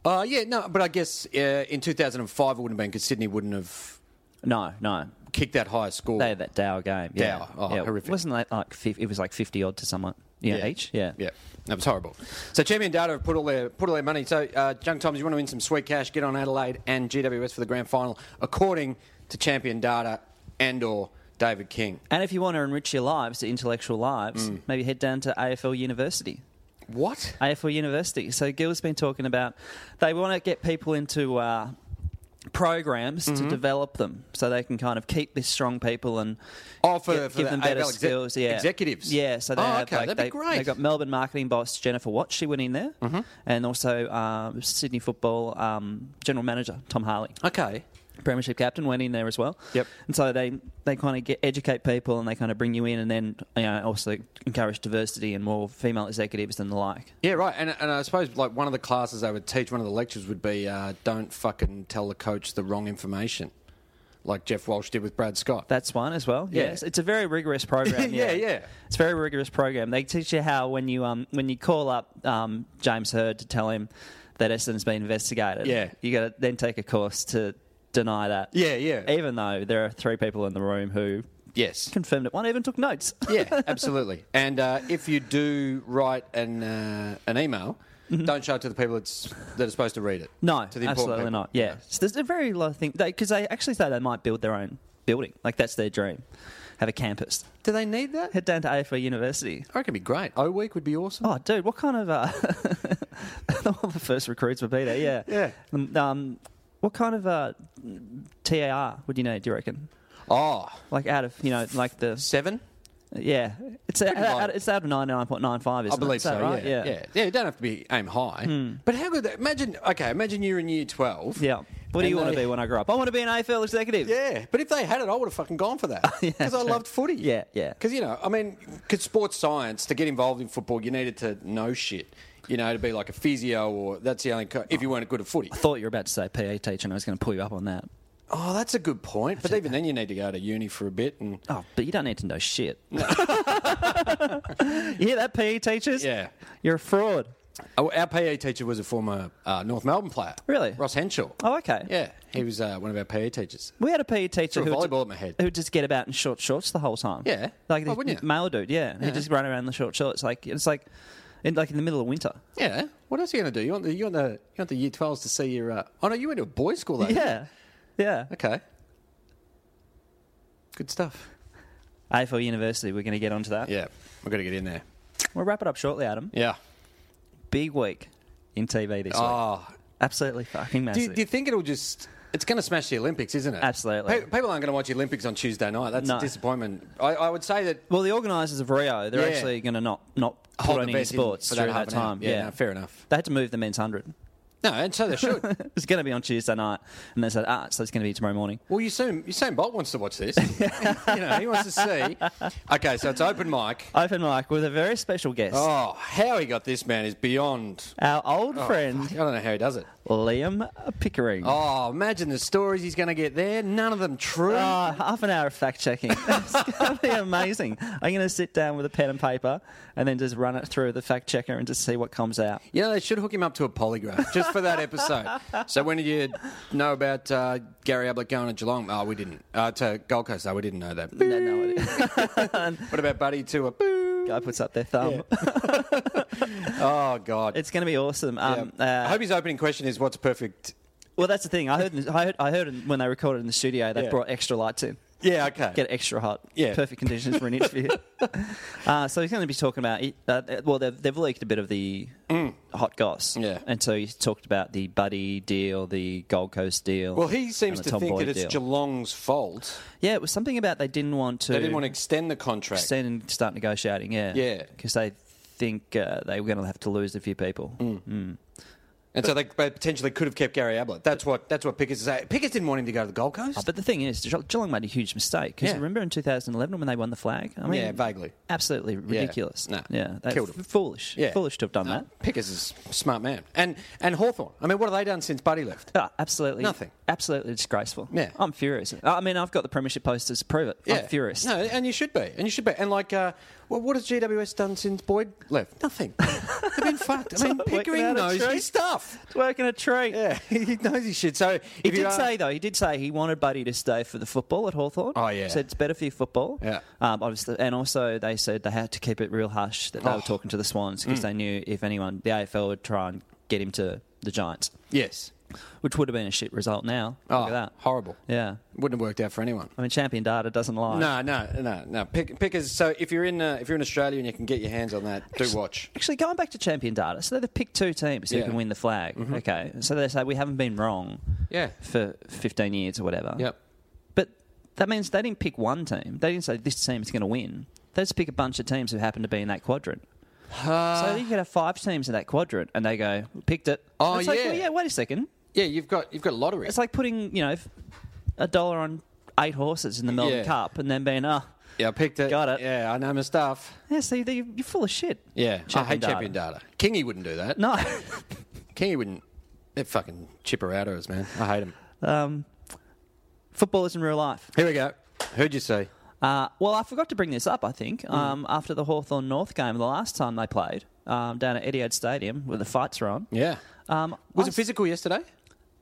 [SPEAKER 2] Uh, yeah, no, but I guess uh, in 2005 it wouldn't have been because Sydney wouldn't have
[SPEAKER 1] No, no,
[SPEAKER 2] kicked that high score.
[SPEAKER 1] they had that Dow game. Yeah.
[SPEAKER 2] Dow. Oh,
[SPEAKER 1] yeah.
[SPEAKER 2] horrific.
[SPEAKER 1] Wasn't that like fif- it was like fifty odd to someone? Yeah, each. Yeah,
[SPEAKER 2] Yeah. That was horrible. So Champion Data have put all their put all their money. So uh, Junk Toms, you want to win some sweet cash, get on Adelaide and GWS for the grand final, according to Champion Data and or David King.
[SPEAKER 1] And if you want to enrich your lives, the intellectual lives,
[SPEAKER 2] Mm.
[SPEAKER 1] maybe head down to AFL University.
[SPEAKER 2] What?
[SPEAKER 1] AFL University. So Gil's been talking about they want to get people into uh, programs
[SPEAKER 2] Mm-hmm.
[SPEAKER 1] to develop them, so they can kind of keep this strong people and
[SPEAKER 2] Oh, for-
[SPEAKER 1] gi-
[SPEAKER 2] for
[SPEAKER 1] give
[SPEAKER 2] the
[SPEAKER 1] them better
[SPEAKER 2] AFL exec-
[SPEAKER 1] skills. Yeah,
[SPEAKER 2] executives.
[SPEAKER 1] Yeah, so they
[SPEAKER 2] Oh,
[SPEAKER 1] have
[SPEAKER 2] okay,
[SPEAKER 1] like,
[SPEAKER 2] that'd be
[SPEAKER 1] they,
[SPEAKER 2] great. Mm-hmm.
[SPEAKER 1] They got Melbourne marketing boss Jennifer Watt. She went in there, and also um, Sydney football um, general manager Tom Harley.
[SPEAKER 2] Okay.
[SPEAKER 1] Premiership captain went in there as well.
[SPEAKER 2] Yep.
[SPEAKER 1] And so they they kind of get, educate people and they kind of bring you in and then you know, also encourage diversity and more female executives and the like.
[SPEAKER 2] Yeah, right. And, and I suppose like one of the classes they would teach, one of the lectures would be uh, don't fucking tell the coach the wrong information, like Jeff Walsh did with Brad Scott.
[SPEAKER 1] That's one as well.
[SPEAKER 2] Yeah.
[SPEAKER 1] Yes, it's a very rigorous program.
[SPEAKER 2] Yeah, yeah.
[SPEAKER 1] It's a very rigorous program. They teach you how when you um when you call up um, James Heard to tell him that Essendon's been investigated.
[SPEAKER 2] Yeah.
[SPEAKER 1] you got to then take a course to deny that.
[SPEAKER 2] Yeah, yeah.
[SPEAKER 1] Even though there are three people in the room who
[SPEAKER 2] yes.
[SPEAKER 1] confirmed it. One even took notes.
[SPEAKER 2] yeah, absolutely. And uh, if you do write an uh, an email, don't show it to the people that's, that are supposed to read it.
[SPEAKER 1] Mm-hmm. No,
[SPEAKER 2] to the important
[SPEAKER 1] absolutely
[SPEAKER 2] people.
[SPEAKER 1] not. Yeah, So there's a very lot of things because they actually say they might build their own building. Like that's their dream, have a campus.
[SPEAKER 2] Do they need that? I
[SPEAKER 1] Head down to AFL University.
[SPEAKER 2] reckon it'd be great. O week would be awesome.
[SPEAKER 1] Oh, dude, what kind of uh, all the first recruits would be there? Yeah,
[SPEAKER 2] Yeah.
[SPEAKER 1] Um, Um, what kind of uh, TAR would you need? Do you reckon?
[SPEAKER 2] Oh,
[SPEAKER 1] Like out of you know, like the
[SPEAKER 2] seven?
[SPEAKER 1] yeah, it's out,
[SPEAKER 2] low.
[SPEAKER 1] out- it's out of ninety nine point nine five.
[SPEAKER 2] I believe so.
[SPEAKER 1] Right?
[SPEAKER 2] Yeah.
[SPEAKER 1] yeah, Hmm.
[SPEAKER 2] yeah, yeah. You don't have to be aim high. But how good? That, imagine. Okay, imagine you're in year twelve.
[SPEAKER 1] Yeah. What do
[SPEAKER 2] And
[SPEAKER 1] you want to
[SPEAKER 2] they-
[SPEAKER 1] be when I grow up? I want to be an AFL executive.
[SPEAKER 2] Yeah, but if they had it, I would have fucking gone for that because I
[SPEAKER 1] true.
[SPEAKER 2] loved footy.
[SPEAKER 1] Yeah, yeah.
[SPEAKER 2] Because you know, I mean, because sports science to get involved in football, you needed to know shit. You know, to be like a physio or that's the only co- if you weren't good at footy.
[SPEAKER 1] Thought you were about to say PE teacher, and I was going to pull you up on that.
[SPEAKER 2] Oh, that's a good point. But even then, you need to go to uni for a bit, and
[SPEAKER 1] Oh, but you don't need to know shit. you hear that, PE teachers?
[SPEAKER 2] Yeah.
[SPEAKER 1] You're a fraud.
[SPEAKER 2] Oh, our PE teacher was a former uh, North Melbourne player.
[SPEAKER 1] Really?
[SPEAKER 2] Ross Henschel.
[SPEAKER 1] Oh, okay.
[SPEAKER 2] Yeah, he was uh, one of our PE teachers.
[SPEAKER 1] We had a PE teacher
[SPEAKER 2] Threw a
[SPEAKER 1] who would,
[SPEAKER 2] volleyball at my head.
[SPEAKER 1] who would just get about in short shorts the whole time.
[SPEAKER 2] Yeah.
[SPEAKER 1] Like
[SPEAKER 2] Why
[SPEAKER 1] this
[SPEAKER 2] wouldn't you?
[SPEAKER 1] male dude, yeah. He just ran around in the short shorts. Like it's like in like in the middle of winter.
[SPEAKER 2] Yeah. What else are you going to do? You want the you want the you want the year twelves to see your? Uh... Oh no, you went to a boys' school though.
[SPEAKER 1] Yeah. Yeah.
[SPEAKER 2] Okay. Good stuff.
[SPEAKER 1] AFL University, we're gonna get onto that.
[SPEAKER 2] Yeah, we've got to get in there.
[SPEAKER 1] We'll wrap it up shortly, Adam.
[SPEAKER 2] Yeah.
[SPEAKER 1] Big week in TV this week.
[SPEAKER 2] Oh,
[SPEAKER 1] Absolutely fucking
[SPEAKER 2] do you,
[SPEAKER 1] massive.
[SPEAKER 2] do you think it'll just It's going to smash the Olympics, isn't it?
[SPEAKER 1] Absolutely.
[SPEAKER 2] Pe- people aren't going to watch the Olympics on Tuesday night. That's
[SPEAKER 1] No.
[SPEAKER 2] a disappointment. I, I would say that
[SPEAKER 1] Well, the organisers of Rio, they're
[SPEAKER 2] Yeah.
[SPEAKER 1] actually going to not not put
[SPEAKER 2] Hold
[SPEAKER 1] on
[SPEAKER 2] the
[SPEAKER 1] any
[SPEAKER 2] event in
[SPEAKER 1] sports
[SPEAKER 2] for that
[SPEAKER 1] during
[SPEAKER 2] half
[SPEAKER 1] that
[SPEAKER 2] an hour.
[SPEAKER 1] time.
[SPEAKER 2] Yeah, no, fair enough.
[SPEAKER 1] They had to move the men's hundred.
[SPEAKER 2] no, and so they should.
[SPEAKER 1] It was going to be on Tuesday night, and they said, ah, so it's going to be tomorrow morning.
[SPEAKER 2] Well, Usain, Usain Bolt wants to watch this. you know, he wants to see. Okay, so it's open mic.
[SPEAKER 1] Open mic with a very special guest,
[SPEAKER 2] Oh, how he got this man is beyond.
[SPEAKER 1] our old
[SPEAKER 2] Oh,
[SPEAKER 1] friend
[SPEAKER 2] fuck, I don't know how he does it.
[SPEAKER 1] Liam Pickering.
[SPEAKER 2] Oh, imagine the stories he's going to get there. None of them true.
[SPEAKER 1] Oh, half an hour of fact checking. It's going to be amazing. I'm going to sit down with a pen and paper and then just run it through the fact checker and just see what comes out.
[SPEAKER 2] you know, they should hook him up to a polygraph just for that episode. so, when did you know about uh, Gary Ablett going to Geelong? Oh, we didn't. Uh, to Gold Coast, though, we didn't know that.
[SPEAKER 1] No, no, it-
[SPEAKER 2] What about Buddy to a boo?
[SPEAKER 1] guy puts up their thumb.
[SPEAKER 2] Oh, God.
[SPEAKER 1] It's going to be awesome. Um,
[SPEAKER 2] Yeah. I
[SPEAKER 1] uh,
[SPEAKER 2] hope his opening question is what's perfect.
[SPEAKER 1] well, that's the thing. I heard, I heard, I heard in- when they recorded in the studio, they
[SPEAKER 2] Yeah.
[SPEAKER 1] brought extra lights in.
[SPEAKER 2] Yeah, okay.
[SPEAKER 1] Get extra hot.
[SPEAKER 2] Yeah.
[SPEAKER 1] Perfect conditions for an interview. uh, so he's going to be talking about, uh, well, they've, they've leaked a bit of the hot goss.
[SPEAKER 2] Mm. Yeah.
[SPEAKER 1] And so he's talked about the Buddy deal, the Gold Coast deal.
[SPEAKER 2] Well, he
[SPEAKER 1] and
[SPEAKER 2] seems
[SPEAKER 1] the
[SPEAKER 2] to
[SPEAKER 1] Tom
[SPEAKER 2] think
[SPEAKER 1] Boyd
[SPEAKER 2] that it's
[SPEAKER 1] deal.
[SPEAKER 2] Geelong's fault.
[SPEAKER 1] Yeah, it was something about they didn't want to.
[SPEAKER 2] They didn't want to extend the contract.
[SPEAKER 1] extend and start negotiating. Yeah,
[SPEAKER 2] Yeah.
[SPEAKER 1] because they think uh, they were going to have to lose a few people.
[SPEAKER 2] Mm. and so they, they potentially could have kept Gary Ablett. That's what that's what Pickers is saying. Pickers didn't want him to go to the Gold Coast.
[SPEAKER 1] But the thing is, Ge- Geelong made a huge mistake. Because
[SPEAKER 2] Yeah.
[SPEAKER 1] remember in 2011 when they won the flag? I mean,
[SPEAKER 2] Yeah, vaguely.
[SPEAKER 1] Absolutely ridiculous.
[SPEAKER 2] No.
[SPEAKER 1] Yeah, they-
[SPEAKER 2] Killed
[SPEAKER 1] f-
[SPEAKER 2] 'em.
[SPEAKER 1] Foolish. Foolish to have done
[SPEAKER 2] No,
[SPEAKER 1] that.
[SPEAKER 2] Pickers is a smart man. And and Hawthorne. I mean, what have they done since Buddy left?
[SPEAKER 1] Ah, absolutely
[SPEAKER 2] Nothing.
[SPEAKER 1] Absolutely disgraceful.
[SPEAKER 2] Yeah.
[SPEAKER 1] I'm furious. I mean, I've got the premiership posters to prove it. I'm furious.
[SPEAKER 2] No, and you should be. And you should be. And like, uh, well, what has GWS done since Boyd left? Nothing. They've been fucked. I mean,
[SPEAKER 1] Working
[SPEAKER 2] Pickering
[SPEAKER 1] out a
[SPEAKER 2] knows
[SPEAKER 1] trick.
[SPEAKER 2] his stuff.
[SPEAKER 1] It's working a treat.
[SPEAKER 2] Yeah, he knows his shit. So if
[SPEAKER 1] He
[SPEAKER 2] you
[SPEAKER 1] did
[SPEAKER 2] are-
[SPEAKER 1] say though, he did say he wanted Buddy to stay for the football at Hawthorn.
[SPEAKER 2] Oh, yeah.
[SPEAKER 1] said it's better for your football.
[SPEAKER 2] Yeah.
[SPEAKER 1] um, obviously, and also they said they had to keep it real hush that they
[SPEAKER 2] Oh.
[SPEAKER 1] were talking to the Swans
[SPEAKER 2] Mm.
[SPEAKER 1] because they knew if anyone, the AFL would try and get him to the Giants,
[SPEAKER 2] yes.
[SPEAKER 1] which would have been a shit result. Now,
[SPEAKER 2] Oh,
[SPEAKER 1] look at that,
[SPEAKER 2] horrible.
[SPEAKER 1] Yeah,
[SPEAKER 2] Wouldn't have worked out for anyone.
[SPEAKER 1] I mean, champion data doesn't lie.
[SPEAKER 2] No, no, no, no. Pick, pickers. So if you're in, uh, if you're in Australia and you can get your hands on that, do watch.
[SPEAKER 1] Actually, going back to champion data, so they've picked two teams who
[SPEAKER 2] Yeah. Mm-hmm.
[SPEAKER 1] can win the flag. Okay, so they say we haven't been wrong
[SPEAKER 2] Yeah.
[SPEAKER 1] for 15 years or whatever.
[SPEAKER 2] Yep.
[SPEAKER 1] But that means they didn't pick one team. They didn't say this team's going to win. They just pick a bunch of teams who happen to be in that quadrant. so you could have five teams in that quadradrant, and they go picked it.
[SPEAKER 2] Oh,
[SPEAKER 1] it's like,
[SPEAKER 2] yeah.
[SPEAKER 1] well, yeah. Wait a second.
[SPEAKER 2] Yeah, you've got you've got lottery.
[SPEAKER 1] It's like putting you know f- a dollar on eight horses in the Melbourne
[SPEAKER 2] Yeah.
[SPEAKER 1] Cup, and then being oh
[SPEAKER 2] yeah, I picked it.
[SPEAKER 1] Got it.
[SPEAKER 2] Yeah, I know my stuff.
[SPEAKER 1] yeah, so you- you're full of shit.
[SPEAKER 2] Yeah, I hate
[SPEAKER 1] data.
[SPEAKER 2] champion data. Kingy wouldn't do that.
[SPEAKER 1] No.
[SPEAKER 2] Kingy wouldn't. They're fucking chipper outers, man. I hate them.
[SPEAKER 1] um, football is in real life.
[SPEAKER 2] Here we go. Who'd you see?
[SPEAKER 1] Uh, well, I forgot to bring this up, I
[SPEAKER 2] Mm.
[SPEAKER 1] think. Um, after the Hawthorn North game, the last time they played um, down at Etihad Stadium where the fights were on.
[SPEAKER 2] Yeah.
[SPEAKER 1] Um,
[SPEAKER 2] Was
[SPEAKER 1] I
[SPEAKER 2] it physical yesterday?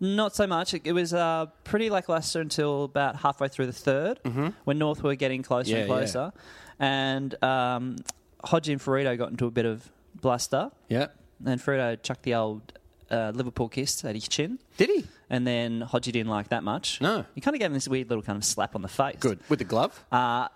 [SPEAKER 1] Not so much. It, it was uh, pretty lackluster until about halfway through the 3rd when North were getting closer
[SPEAKER 2] Mm-hmm. Yeah,
[SPEAKER 1] and closer. And um, Hodgie and Ferrito got into a bit of bluster,
[SPEAKER 2] Yeah.
[SPEAKER 1] and Ferrito chucked the old uh, Liverpool kiss at his chin.
[SPEAKER 2] Did he?
[SPEAKER 1] And then Hodgie didn't like that much.
[SPEAKER 2] No.
[SPEAKER 1] He kind of gave him this weird little kind of slap on the face.
[SPEAKER 2] Good. With the glove?
[SPEAKER 1] Uh,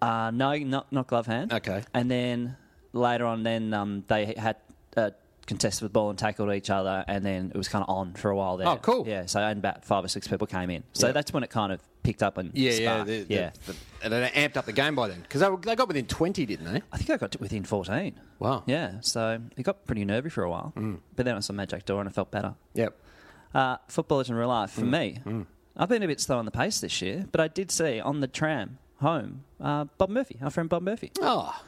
[SPEAKER 1] uh, no, not not glove hand.
[SPEAKER 2] Okay.
[SPEAKER 1] And then later on, then um, they had uh, contested with ball and tackled each other, and then it was kind of on for a while there.
[SPEAKER 2] Oh, cool.
[SPEAKER 1] Yeah. So and about five or six people came in. So
[SPEAKER 2] Yeah.
[SPEAKER 1] that's when it kind of picked up and
[SPEAKER 2] yeah, yeah.
[SPEAKER 1] sparked.
[SPEAKER 2] The, the-
[SPEAKER 1] yeah.
[SPEAKER 2] the- and they amped up the game by then. Because they, were- they got within 20, didn't they?
[SPEAKER 1] I think I got to within fourteen.
[SPEAKER 2] Wow. Mm.
[SPEAKER 1] Yeah. So it got pretty nervy for a while, but then I saw Magic Door and I felt better.
[SPEAKER 2] Yep.
[SPEAKER 1] Uh, footballers in real life
[SPEAKER 2] Mm.
[SPEAKER 1] for me. I've been a bit slow on the pace this year, but I did see on the tram home uh, Bob Murphy, our friend Bob Murphy.
[SPEAKER 2] Oh.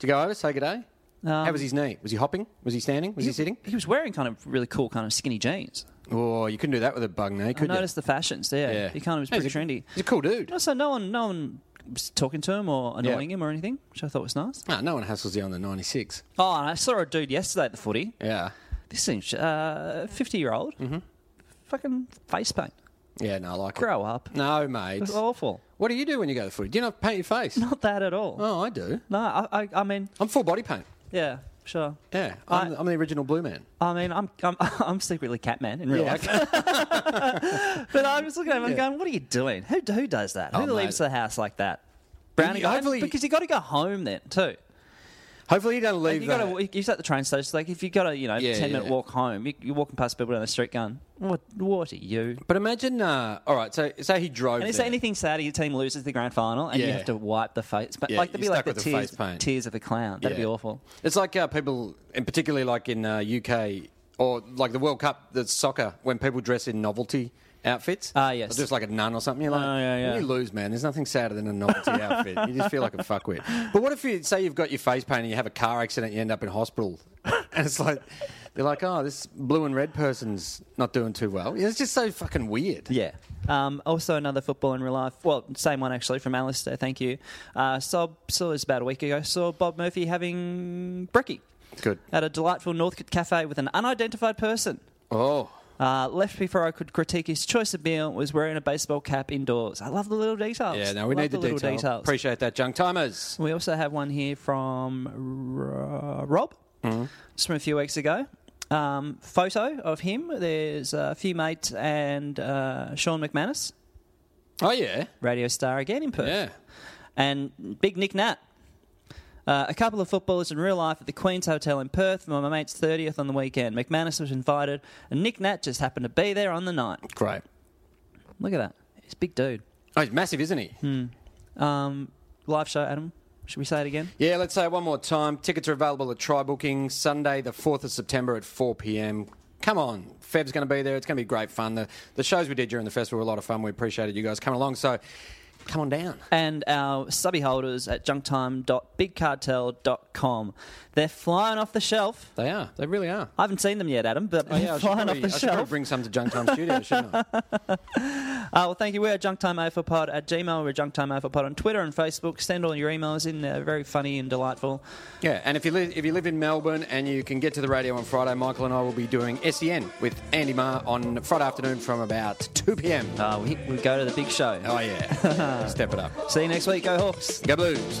[SPEAKER 2] Did you go over, say good day? How
[SPEAKER 1] Um,
[SPEAKER 2] was his knee? Was he hopping? Was he standing? Was he, sitting?
[SPEAKER 1] He was wearing kind of really cool, kind of skinny jeans.
[SPEAKER 2] Oh, you couldn't do that with a bug knee, could
[SPEAKER 1] I noticed the fashions there.
[SPEAKER 2] you?
[SPEAKER 1] He kind of was
[SPEAKER 2] Hey,
[SPEAKER 1] pretty
[SPEAKER 2] he's a-
[SPEAKER 1] trendy.
[SPEAKER 2] He's a cool dude.
[SPEAKER 1] Also, no one, no one was talking to him or
[SPEAKER 2] Yeah.
[SPEAKER 1] annoying him or anything, which I thought was nice.
[SPEAKER 2] Ah, no one hassles you on the 96.
[SPEAKER 1] Oh, and I saw a dude yesterday at the footy.
[SPEAKER 2] Yeah.
[SPEAKER 1] This thing, uh, fifty-year-old,
[SPEAKER 2] Mm-hmm.
[SPEAKER 1] fucking face paint.
[SPEAKER 2] Yeah, no, I like it.
[SPEAKER 1] Grow up.
[SPEAKER 2] No,
[SPEAKER 1] It
[SPEAKER 2] mate.
[SPEAKER 1] was awful.
[SPEAKER 2] What do you do when you go to the footy? Do you not paint your face?
[SPEAKER 1] Not that at all.
[SPEAKER 2] Oh, I do.
[SPEAKER 1] No, I, I, I mean,
[SPEAKER 2] I'm full body paint.
[SPEAKER 1] yeah, sure.
[SPEAKER 2] Yeah, I'm, I, am the original blue man.
[SPEAKER 1] I mean, I'm, I'm, I'm secretly Catman in real
[SPEAKER 2] Yeah,
[SPEAKER 1] life. But I was looking at him and going, "What are you doing? Who who does that? Who
[SPEAKER 2] Oh,
[SPEAKER 1] leaves
[SPEAKER 2] mate.
[SPEAKER 1] the house like that?" Brownie,
[SPEAKER 2] hopefully-
[SPEAKER 1] because you got to go home then too.
[SPEAKER 2] Hopefully, you don't leave.
[SPEAKER 1] You
[SPEAKER 2] that.
[SPEAKER 1] got to. He's at the train station. Like if you got a you know
[SPEAKER 2] Yeah,
[SPEAKER 1] ten minute
[SPEAKER 2] yeah.
[SPEAKER 1] walk home, you, you're walking past people down the street going, "What? What are you?"
[SPEAKER 2] But imagine, uh, all right. So say he drove.
[SPEAKER 1] And is
[SPEAKER 2] there.
[SPEAKER 1] there anything sad? if Your team loses the grand final, and you
[SPEAKER 2] Yeah.
[SPEAKER 1] have to wipe the face. But
[SPEAKER 2] Yeah,
[SPEAKER 1] like, there'd be
[SPEAKER 2] you're
[SPEAKER 1] like
[SPEAKER 2] stuck
[SPEAKER 1] the
[SPEAKER 2] with the face
[SPEAKER 1] tears,
[SPEAKER 2] paint.
[SPEAKER 1] tears of the clown. That'd be
[SPEAKER 2] Yeah.
[SPEAKER 1] awful.
[SPEAKER 2] It's like uh, people, and particularly like in uh, UK or like the World Cup, the soccer, when people dress in novelty outfits.
[SPEAKER 1] Ah, yes.
[SPEAKER 2] Or just like a nun or something. You're like,
[SPEAKER 1] Oh, yeah, yeah.
[SPEAKER 2] "When you lose, man. There's nothing sadder than a novelty outfit. You just feel like a fuckwit. But what if you say you've got your face paint and you have a car accident, you end up in hospital, and it's like. They're like, oh, this blue and red person's not doing too well. Yeah, It's just so fucking weird.
[SPEAKER 1] Yeah. Um, also, another football in real life. Well, same one actually from Alistair. Thank you. Uh, saw saw this about a week ago. Saw Bob Murphy having brekkie
[SPEAKER 2] Good.
[SPEAKER 1] at a delightful Northcote cafe with an unidentified person.
[SPEAKER 2] Oh,
[SPEAKER 1] Uh, left before I could critique his choice of meal was wearing a baseball cap indoors. I love the little details.
[SPEAKER 2] yeah. No, we
[SPEAKER 1] Love
[SPEAKER 2] need the,
[SPEAKER 1] little
[SPEAKER 2] detail.
[SPEAKER 1] details.
[SPEAKER 2] Appreciate that, junk timers.
[SPEAKER 1] We also have one here from R- Rob.
[SPEAKER 2] Mm-hmm.
[SPEAKER 1] It's from a few weeks ago. Um, photo of him. There's a few mates and uh, Sean McManus,
[SPEAKER 2] Oh yeah,
[SPEAKER 1] radio star again in Perth.
[SPEAKER 2] yeah.
[SPEAKER 1] And Big Nick Nat. Uh, a couple of footballers in real life at the Queen's Hotel in Perth for my mate's 30th on the weekend. McManus was invited, and Nick Nat just happened to be there on the night.
[SPEAKER 2] Great.
[SPEAKER 1] Look at that. He's a big dude.
[SPEAKER 2] Oh, he's massive, isn't he?
[SPEAKER 1] Um, live show, Adam. Should we say it again?
[SPEAKER 2] Yeah, let's say it one more time. Tickets are available at Try Booking Sunday, the 4th of September at 4 p.m. Come on. Feb's going to be there. It's going to be great fun. The, the shows we did during the festival were a lot of fun. We appreciated you guys coming along. So come on down.
[SPEAKER 1] and our subby holders at junktime.bigcartel.com. They're flying off the shelf.
[SPEAKER 2] They are. They really are.
[SPEAKER 1] I haven't seen them yet, Adam, but
[SPEAKER 2] Oh, yeah, I
[SPEAKER 1] they're
[SPEAKER 2] should,
[SPEAKER 1] flying
[SPEAKER 2] probably,
[SPEAKER 1] off the
[SPEAKER 2] I should probably
[SPEAKER 1] shelf.
[SPEAKER 2] bring some to Junk Time Studio, shouldn't I?
[SPEAKER 1] Uh, well, thank you. We're junktimeoverpod at gmail. We're junktimeoverpod on Twitter and Facebook. Send all your emails in. They're very funny and delightful.
[SPEAKER 2] Yeah, and if you, live, if you live in Melbourne and you can get to the radio on Friday, Michael and I will be doing SEN with Andy Marr on Friday afternoon from about 2 p.m.
[SPEAKER 1] Uh, we, we go to the big show.
[SPEAKER 2] Oh, yeah. Step it up.
[SPEAKER 1] See you next week. Go Hawks.
[SPEAKER 2] Go Blues.